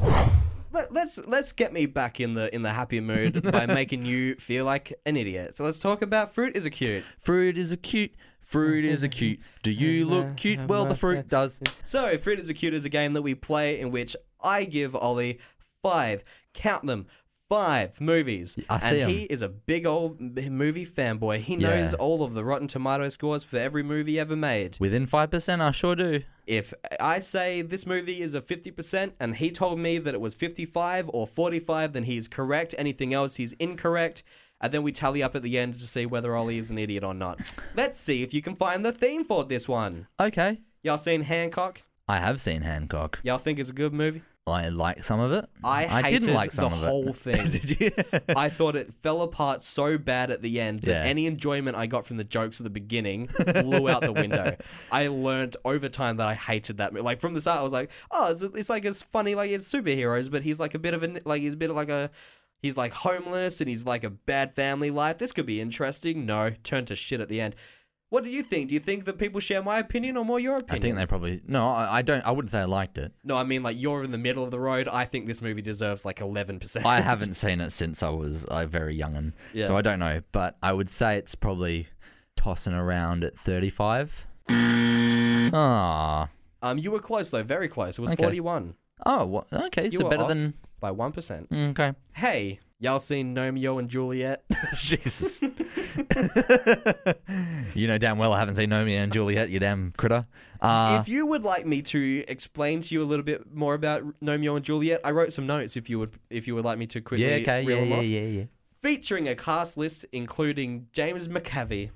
S2: Let, let's let's get me back in the in the happy mood by making you feel like an idiot. So let's talk about fruit is a cute.
S3: Fruit is a cute. Fruit is a cute. Do you look cute? Well, the fruit does.
S2: So, Fruit is a Cute is a game that we play in which I give Ollie five, count them, five movies.
S3: I
S2: and
S3: see 'em.
S2: he is a big old m- movie fanboy. He knows
S3: Yeah.
S2: all of the Rotten Tomato scores for every movie ever made.
S3: Within five percent, I sure do.
S2: If I say this movie is a 50% and he told me that it was 55 or 45, then he's correct. Anything else, he's incorrect. And then we tally up at the end to see whether Ollie is an idiot or not. Let's see if you can find the theme for this one.
S3: Okay.
S2: Y'all seen Hancock?
S3: I have seen Hancock.
S2: Y'all think it's a good movie?
S3: I like some of it.
S2: I
S3: didn't
S2: hated
S3: like some
S2: the
S3: of
S2: whole
S3: it.
S2: thing.
S3: Did you?
S2: I thought it fell apart so bad at the end
S3: Yeah.
S2: that any enjoyment I got from the jokes at the beginning flew out the window. I learned over time that I hated that. mo- Like from the start, I was like, "Oh, it's, it's like it's funny, like it's superheroes, but he's like a bit of a like he's a bit of like a he's like homeless and he's like a bad family life. This could be interesting." No, turned to shit at the end. What do you think? Do you think that people share my opinion or more your
S3: I
S2: opinion?
S3: think they probably no. I, I don't. I wouldn't say I liked it.
S2: no, I mean like you're in the middle of the road. I think this movie deserves like eleven percent.
S3: I haven't seen it since I was a very young'un,
S2: Yeah.
S3: so I don't know. But I would say it's probably tossing around at thirty-five.
S2: Mm.
S3: Ah.
S2: Um, you were close though, very close. It was
S3: Okay.
S2: 41
S3: Oh. wha- Okay.
S2: You
S3: so
S2: were
S3: better
S2: off.
S3: than. mm,
S2: by 1%.
S3: Okay.
S2: Hey, y'all seen Romeo and Juliet?
S3: Jesus. you know damn well I haven't seen Nomi and Juliet, you damn critter. Uh,
S2: if you would like me to explain to you a little bit more about Romeo and Juliet, I wrote some notes if you would if you would like me to quickly
S3: yeah, okay,
S2: reel
S3: yeah,
S2: them
S3: yeah,
S2: off.
S3: yeah, yeah.
S2: Featuring a cast list including James McAvey,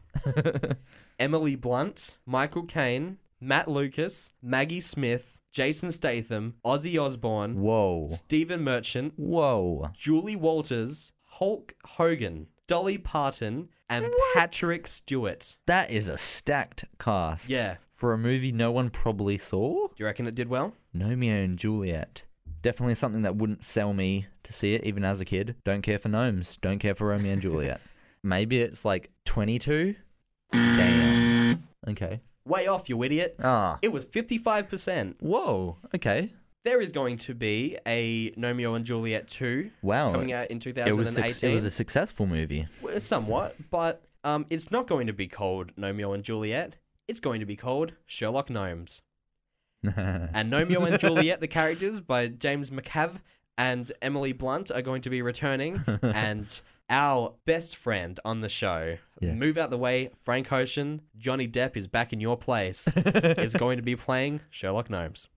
S2: Emily Blunt, Michael Caine, Matt Lucas, Maggie Smith, Jason Statham, Ozzy Osbourne,
S3: Whoa.
S2: Stephen Merchant,
S3: Whoa.
S2: Julie Walters, Hulk Hogan, Dolly Parton, and Patrick Stewart.
S3: That is a stacked cast.
S2: Yeah.
S3: For a movie no one probably saw?
S2: Do you reckon it did well?
S3: Nomeo and Juliet. Definitely something that wouldn't sell me to see it, even as a kid. Don't care for gnomes. Don't care for Romeo and Juliet. Maybe it's like 22? Damn. Okay.
S2: Way off, you idiot.
S3: Ah.
S2: It was 55%.
S3: Whoa. Okay.
S2: There is going to be a Romeo and Juliet 2
S3: Wow.
S2: coming out in
S3: Oh, it, was suc-
S2: 2018.
S3: it was a successful movie.
S2: Well, Somewhat, but um, it's not going to be called Romeo and Juliet. It's going to be called Sherlock Gnomes. And Romeo and Juliet, the characters by James McCav and Emily Blunt, are going to be returning. and our best friend on the show,
S3: Yeah.
S2: move out the way, Frank Ocean, Johnny Depp is back in your place, is going to be playing Sherlock Gnomes.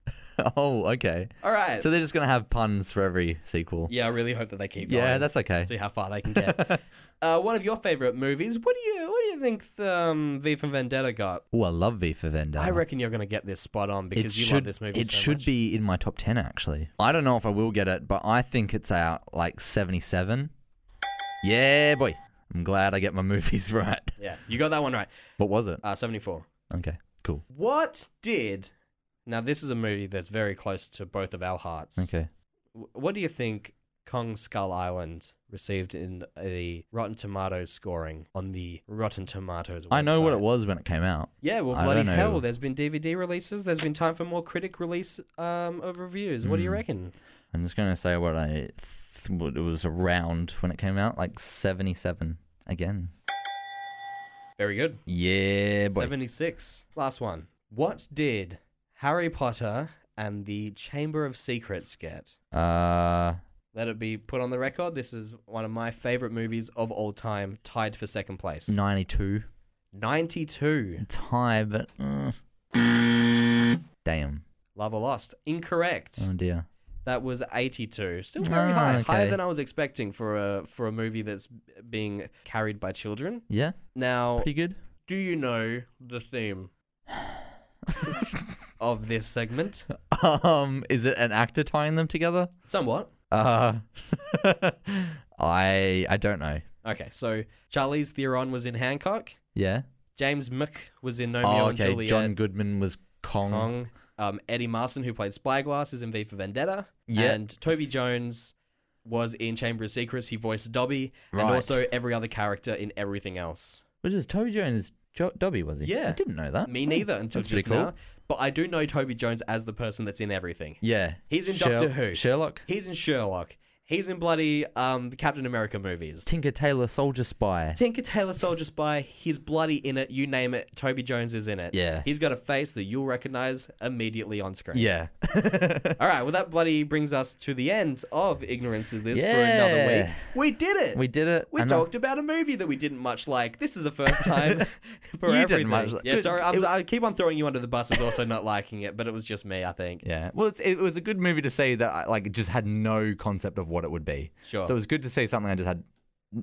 S3: oh, okay.
S2: All right.
S3: So they're just gonna have puns for every sequel.
S2: yeah, I really hope that they keep going.
S3: Yeah, that's okay.
S2: See how far they can get. uh, one of your favorite movies. What do you What do you think um, V for Vendetta got?
S3: Oh, I love V for Vendetta.
S2: I reckon you're going to get this spot on because you love this movie.
S3: It
S2: so
S3: should
S2: much.
S3: be in my top ten actually. I don't know if I will get it, but I think it's out like seventy-seven. Yeah, boy. I'm glad I get my movies right.
S2: Yeah, you got that one right.
S3: What was it?
S2: Uh, Seventy four.
S3: Okay, cool.
S2: What did now? This is a movie that's very close to both of our hearts.
S3: Okay.
S2: W- What do you think Kong Skull Island received in the Rotten Tomatoes scoring on the Rotten Tomatoes? Website?
S3: I know what it was when it came out.
S2: Yeah, well,
S3: I
S2: bloody
S3: don't know.
S2: hell! There's been DVD releases. There's been time for more critic release um, of reviews. What do you
S3: Mm.
S2: reckon?
S3: I'm just gonna say what I th- what it was around when it came out, like seventy-seven again.
S2: Very good.
S3: Yeah, boy.
S2: 76. Last one. What did Harry Potter and the Chamber of Secrets get?
S3: Uh,
S2: Let it be put on the record. This is one of my favorite movies of all time, tied for second place.
S3: ninety-two.
S2: 92.
S3: It's high, but uh, damn.
S2: Love or Lost. Incorrect.
S3: Oh dear.
S2: That was 82. Still very
S3: Ah,
S2: high. Higher
S3: okay.
S2: than I was expecting for a for a movie that's being carried by children.
S3: Yeah,
S2: Now,
S3: pretty good.
S2: do you know the theme of this segment?
S3: um, is it an actor tying them together?
S2: Somewhat.
S3: Uh, I I don't know.
S2: Okay, so Charlize Theron was in Hancock.
S3: Yeah.
S2: James Mick was in Romeo
S3: Oh,
S2: and
S3: okay.
S2: Juliet.
S3: John Goodman was Kong.
S2: Kong. Um, Eddie Marson, who played Spyglass, is in V for Vendetta.
S3: Yeah.
S2: And Toby Jones was in Chamber of Secrets. He voiced Dobby. And
S3: Right.
S2: also every other character in everything else.
S3: Which is Toby Jones jo- Dobby, was he?
S2: Yeah.
S3: I didn't know that.
S2: Me neither until
S3: that's pretty
S2: just
S3: cool.
S2: now. But I do know Toby Jones as the person that's in everything.
S3: Yeah.
S2: He's in
S3: Sher-
S2: Doctor Who.
S3: Sherlock.
S2: He's in Sherlock. He's in bloody um, the Captain America movies.
S3: Tinker Tailor Soldier Spy.
S2: Tinker Tailor Soldier Spy, he's bloody in it. You name it, Toby Jones is in it.
S3: Yeah.
S2: He's got a face that you'll recognize immediately on screen.
S3: yeah.
S2: All right, well, that bloody brings us to the end of Ignorance is This for another
S3: Yeah.
S2: week. We did it.
S3: we did it.
S2: We
S3: and I-
S2: talked about a movie that we didn't much like. This is the first time for
S3: You didn't
S2: everything.
S3: much like-
S2: yeah,
S3: Good-
S2: sorry, I'm,
S3: it-
S2: I keep on throwing you under the bus as also not liking it, but it was just me, I think.
S3: Yeah. Well, it's, it was a good movie to say that I like just had no concept of what it would be.
S2: Sure.
S3: So it was good to say something I just had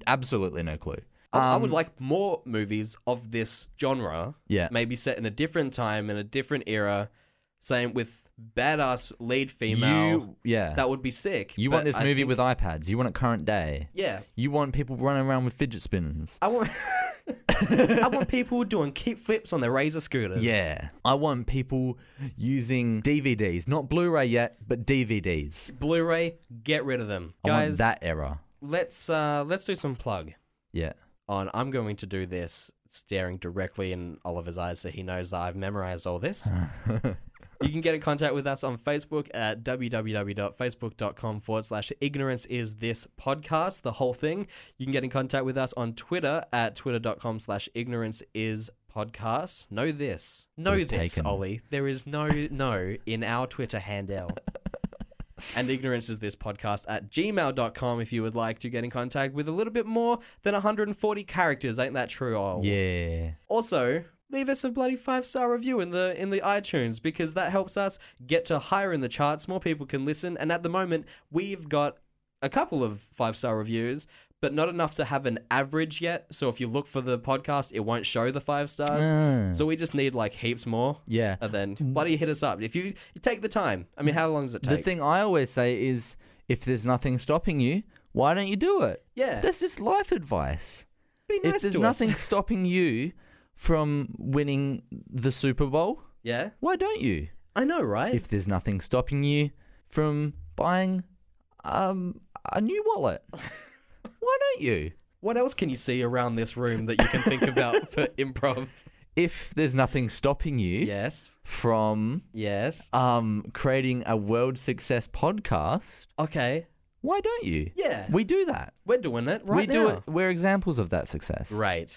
S3: absolutely no clue.
S2: I- I would
S3: Um,
S2: like more movies of this genre.
S3: Yeah.
S2: Maybe set in a different time, in a different era, same with badass lead female.
S3: You, yeah.
S2: that would be sick.
S3: you
S2: but
S3: want this
S2: I
S3: movie
S2: think-
S3: with iPads. You want it current day.
S2: Yeah.
S3: You want people running around with fidget spinners.
S2: I want I want people doing kick flips on their razor scooters.
S3: Yeah. I want people using DVDs, not Blu-ray yet, but DVDs.
S2: Blu-ray, get rid of them.
S3: I want
S2: Guys,
S3: that era.
S2: let's uh let's do some plug
S3: Yeah.
S2: on I'm going to do this staring directly in Oliver's eyes so he knows that I've memorized all this. you can get in contact with us on Facebook at www.facebook.com forward slash ignorance is this podcast, the whole thing. You can get in contact with us on Twitter at twitter.com slash ignorance is podcast. Know this. Know
S3: was
S2: this,
S3: taken.
S2: Ollie. There is no no in our Twitter handle. and ignorance is this podcast at gmail.com if you would like to get in contact with a little bit more than 140 characters. Ain't that true, Ollie?
S3: Yeah.
S2: Also, leave us a bloody five star review in the in the iTunes because that helps us get to higher in the charts. More people can listen, and at the moment, we've got a couple of five star reviews, but not enough to have an average yet. So if you look for the podcast, it won't show the five stars.
S3: Mm.
S2: So we just need like heaps more.
S3: Yeah.
S2: And then bloody hit us up if you, you take the time. I mean, how long does it
S3: Mm. The
S2: take?
S3: thing I always say is if there's nothing stopping you, why don't you do it?
S2: yeah,
S3: That's just life advice.
S2: be nice
S3: if there's
S2: to
S3: nothing
S2: us.
S3: stopping you from winning the Super Bowl,
S2: Yeah,
S3: why don't you?
S2: I know, right?
S3: If there's nothing stopping you from buying um, a new wallet, why don't you?
S2: what else can you see around this room that you can think about for improv?
S3: If there's nothing stopping you
S2: Yes,
S3: from
S2: yes.
S3: um, creating a world success podcast,
S2: Okay.
S3: why don't you?
S2: Yeah.
S3: We do that.
S2: We're doing it right
S3: we
S2: now.
S3: do it. We're examples of that success.
S2: Right.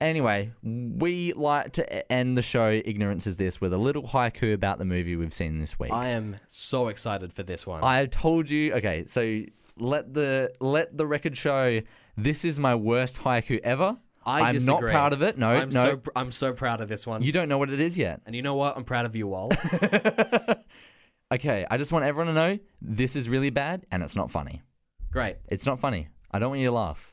S3: Anyway, we like to e-, end the show Ignorance is This with a little haiku about the movie we've seen this week.
S2: I am so excited for this one.
S3: I told you, okay, so let the let the record show this is my worst haiku ever.
S2: I
S3: am not
S2: disagree.
S3: proud of it. No,
S2: I'm
S3: no.
S2: so pr- I'm so proud of this one.
S3: you don't know what it is yet.
S2: and you know what? I'm proud of you all.
S3: Okay, I just want everyone to know this is really bad and it's not funny.
S2: Great.
S3: It's not funny. I don't want you to laugh.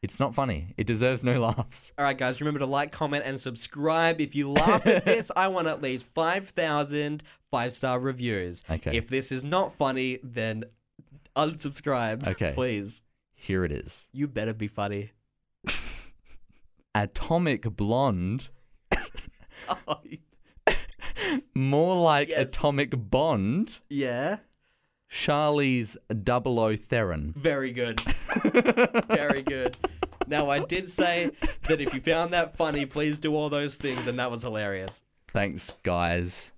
S3: It's not funny. It deserves no laughs.
S2: All right, guys. Remember to like, comment, and subscribe. If you laugh at this, I want at least 5,000 five star reviews.
S3: Okay.
S2: If this is not funny, then unsubscribe.
S3: Okay.
S2: Please.
S3: Here it is.
S2: You better be funny.
S3: Atomic blonde,
S2: Oh,
S3: more like
S2: Yes.
S3: atomic bond.
S2: yeah.
S3: Charlie's Double O Theron.
S2: Very good. Very good. Now, I did say that if you found that funny, please do all those things, and that was hilarious.
S3: Thanks, guys.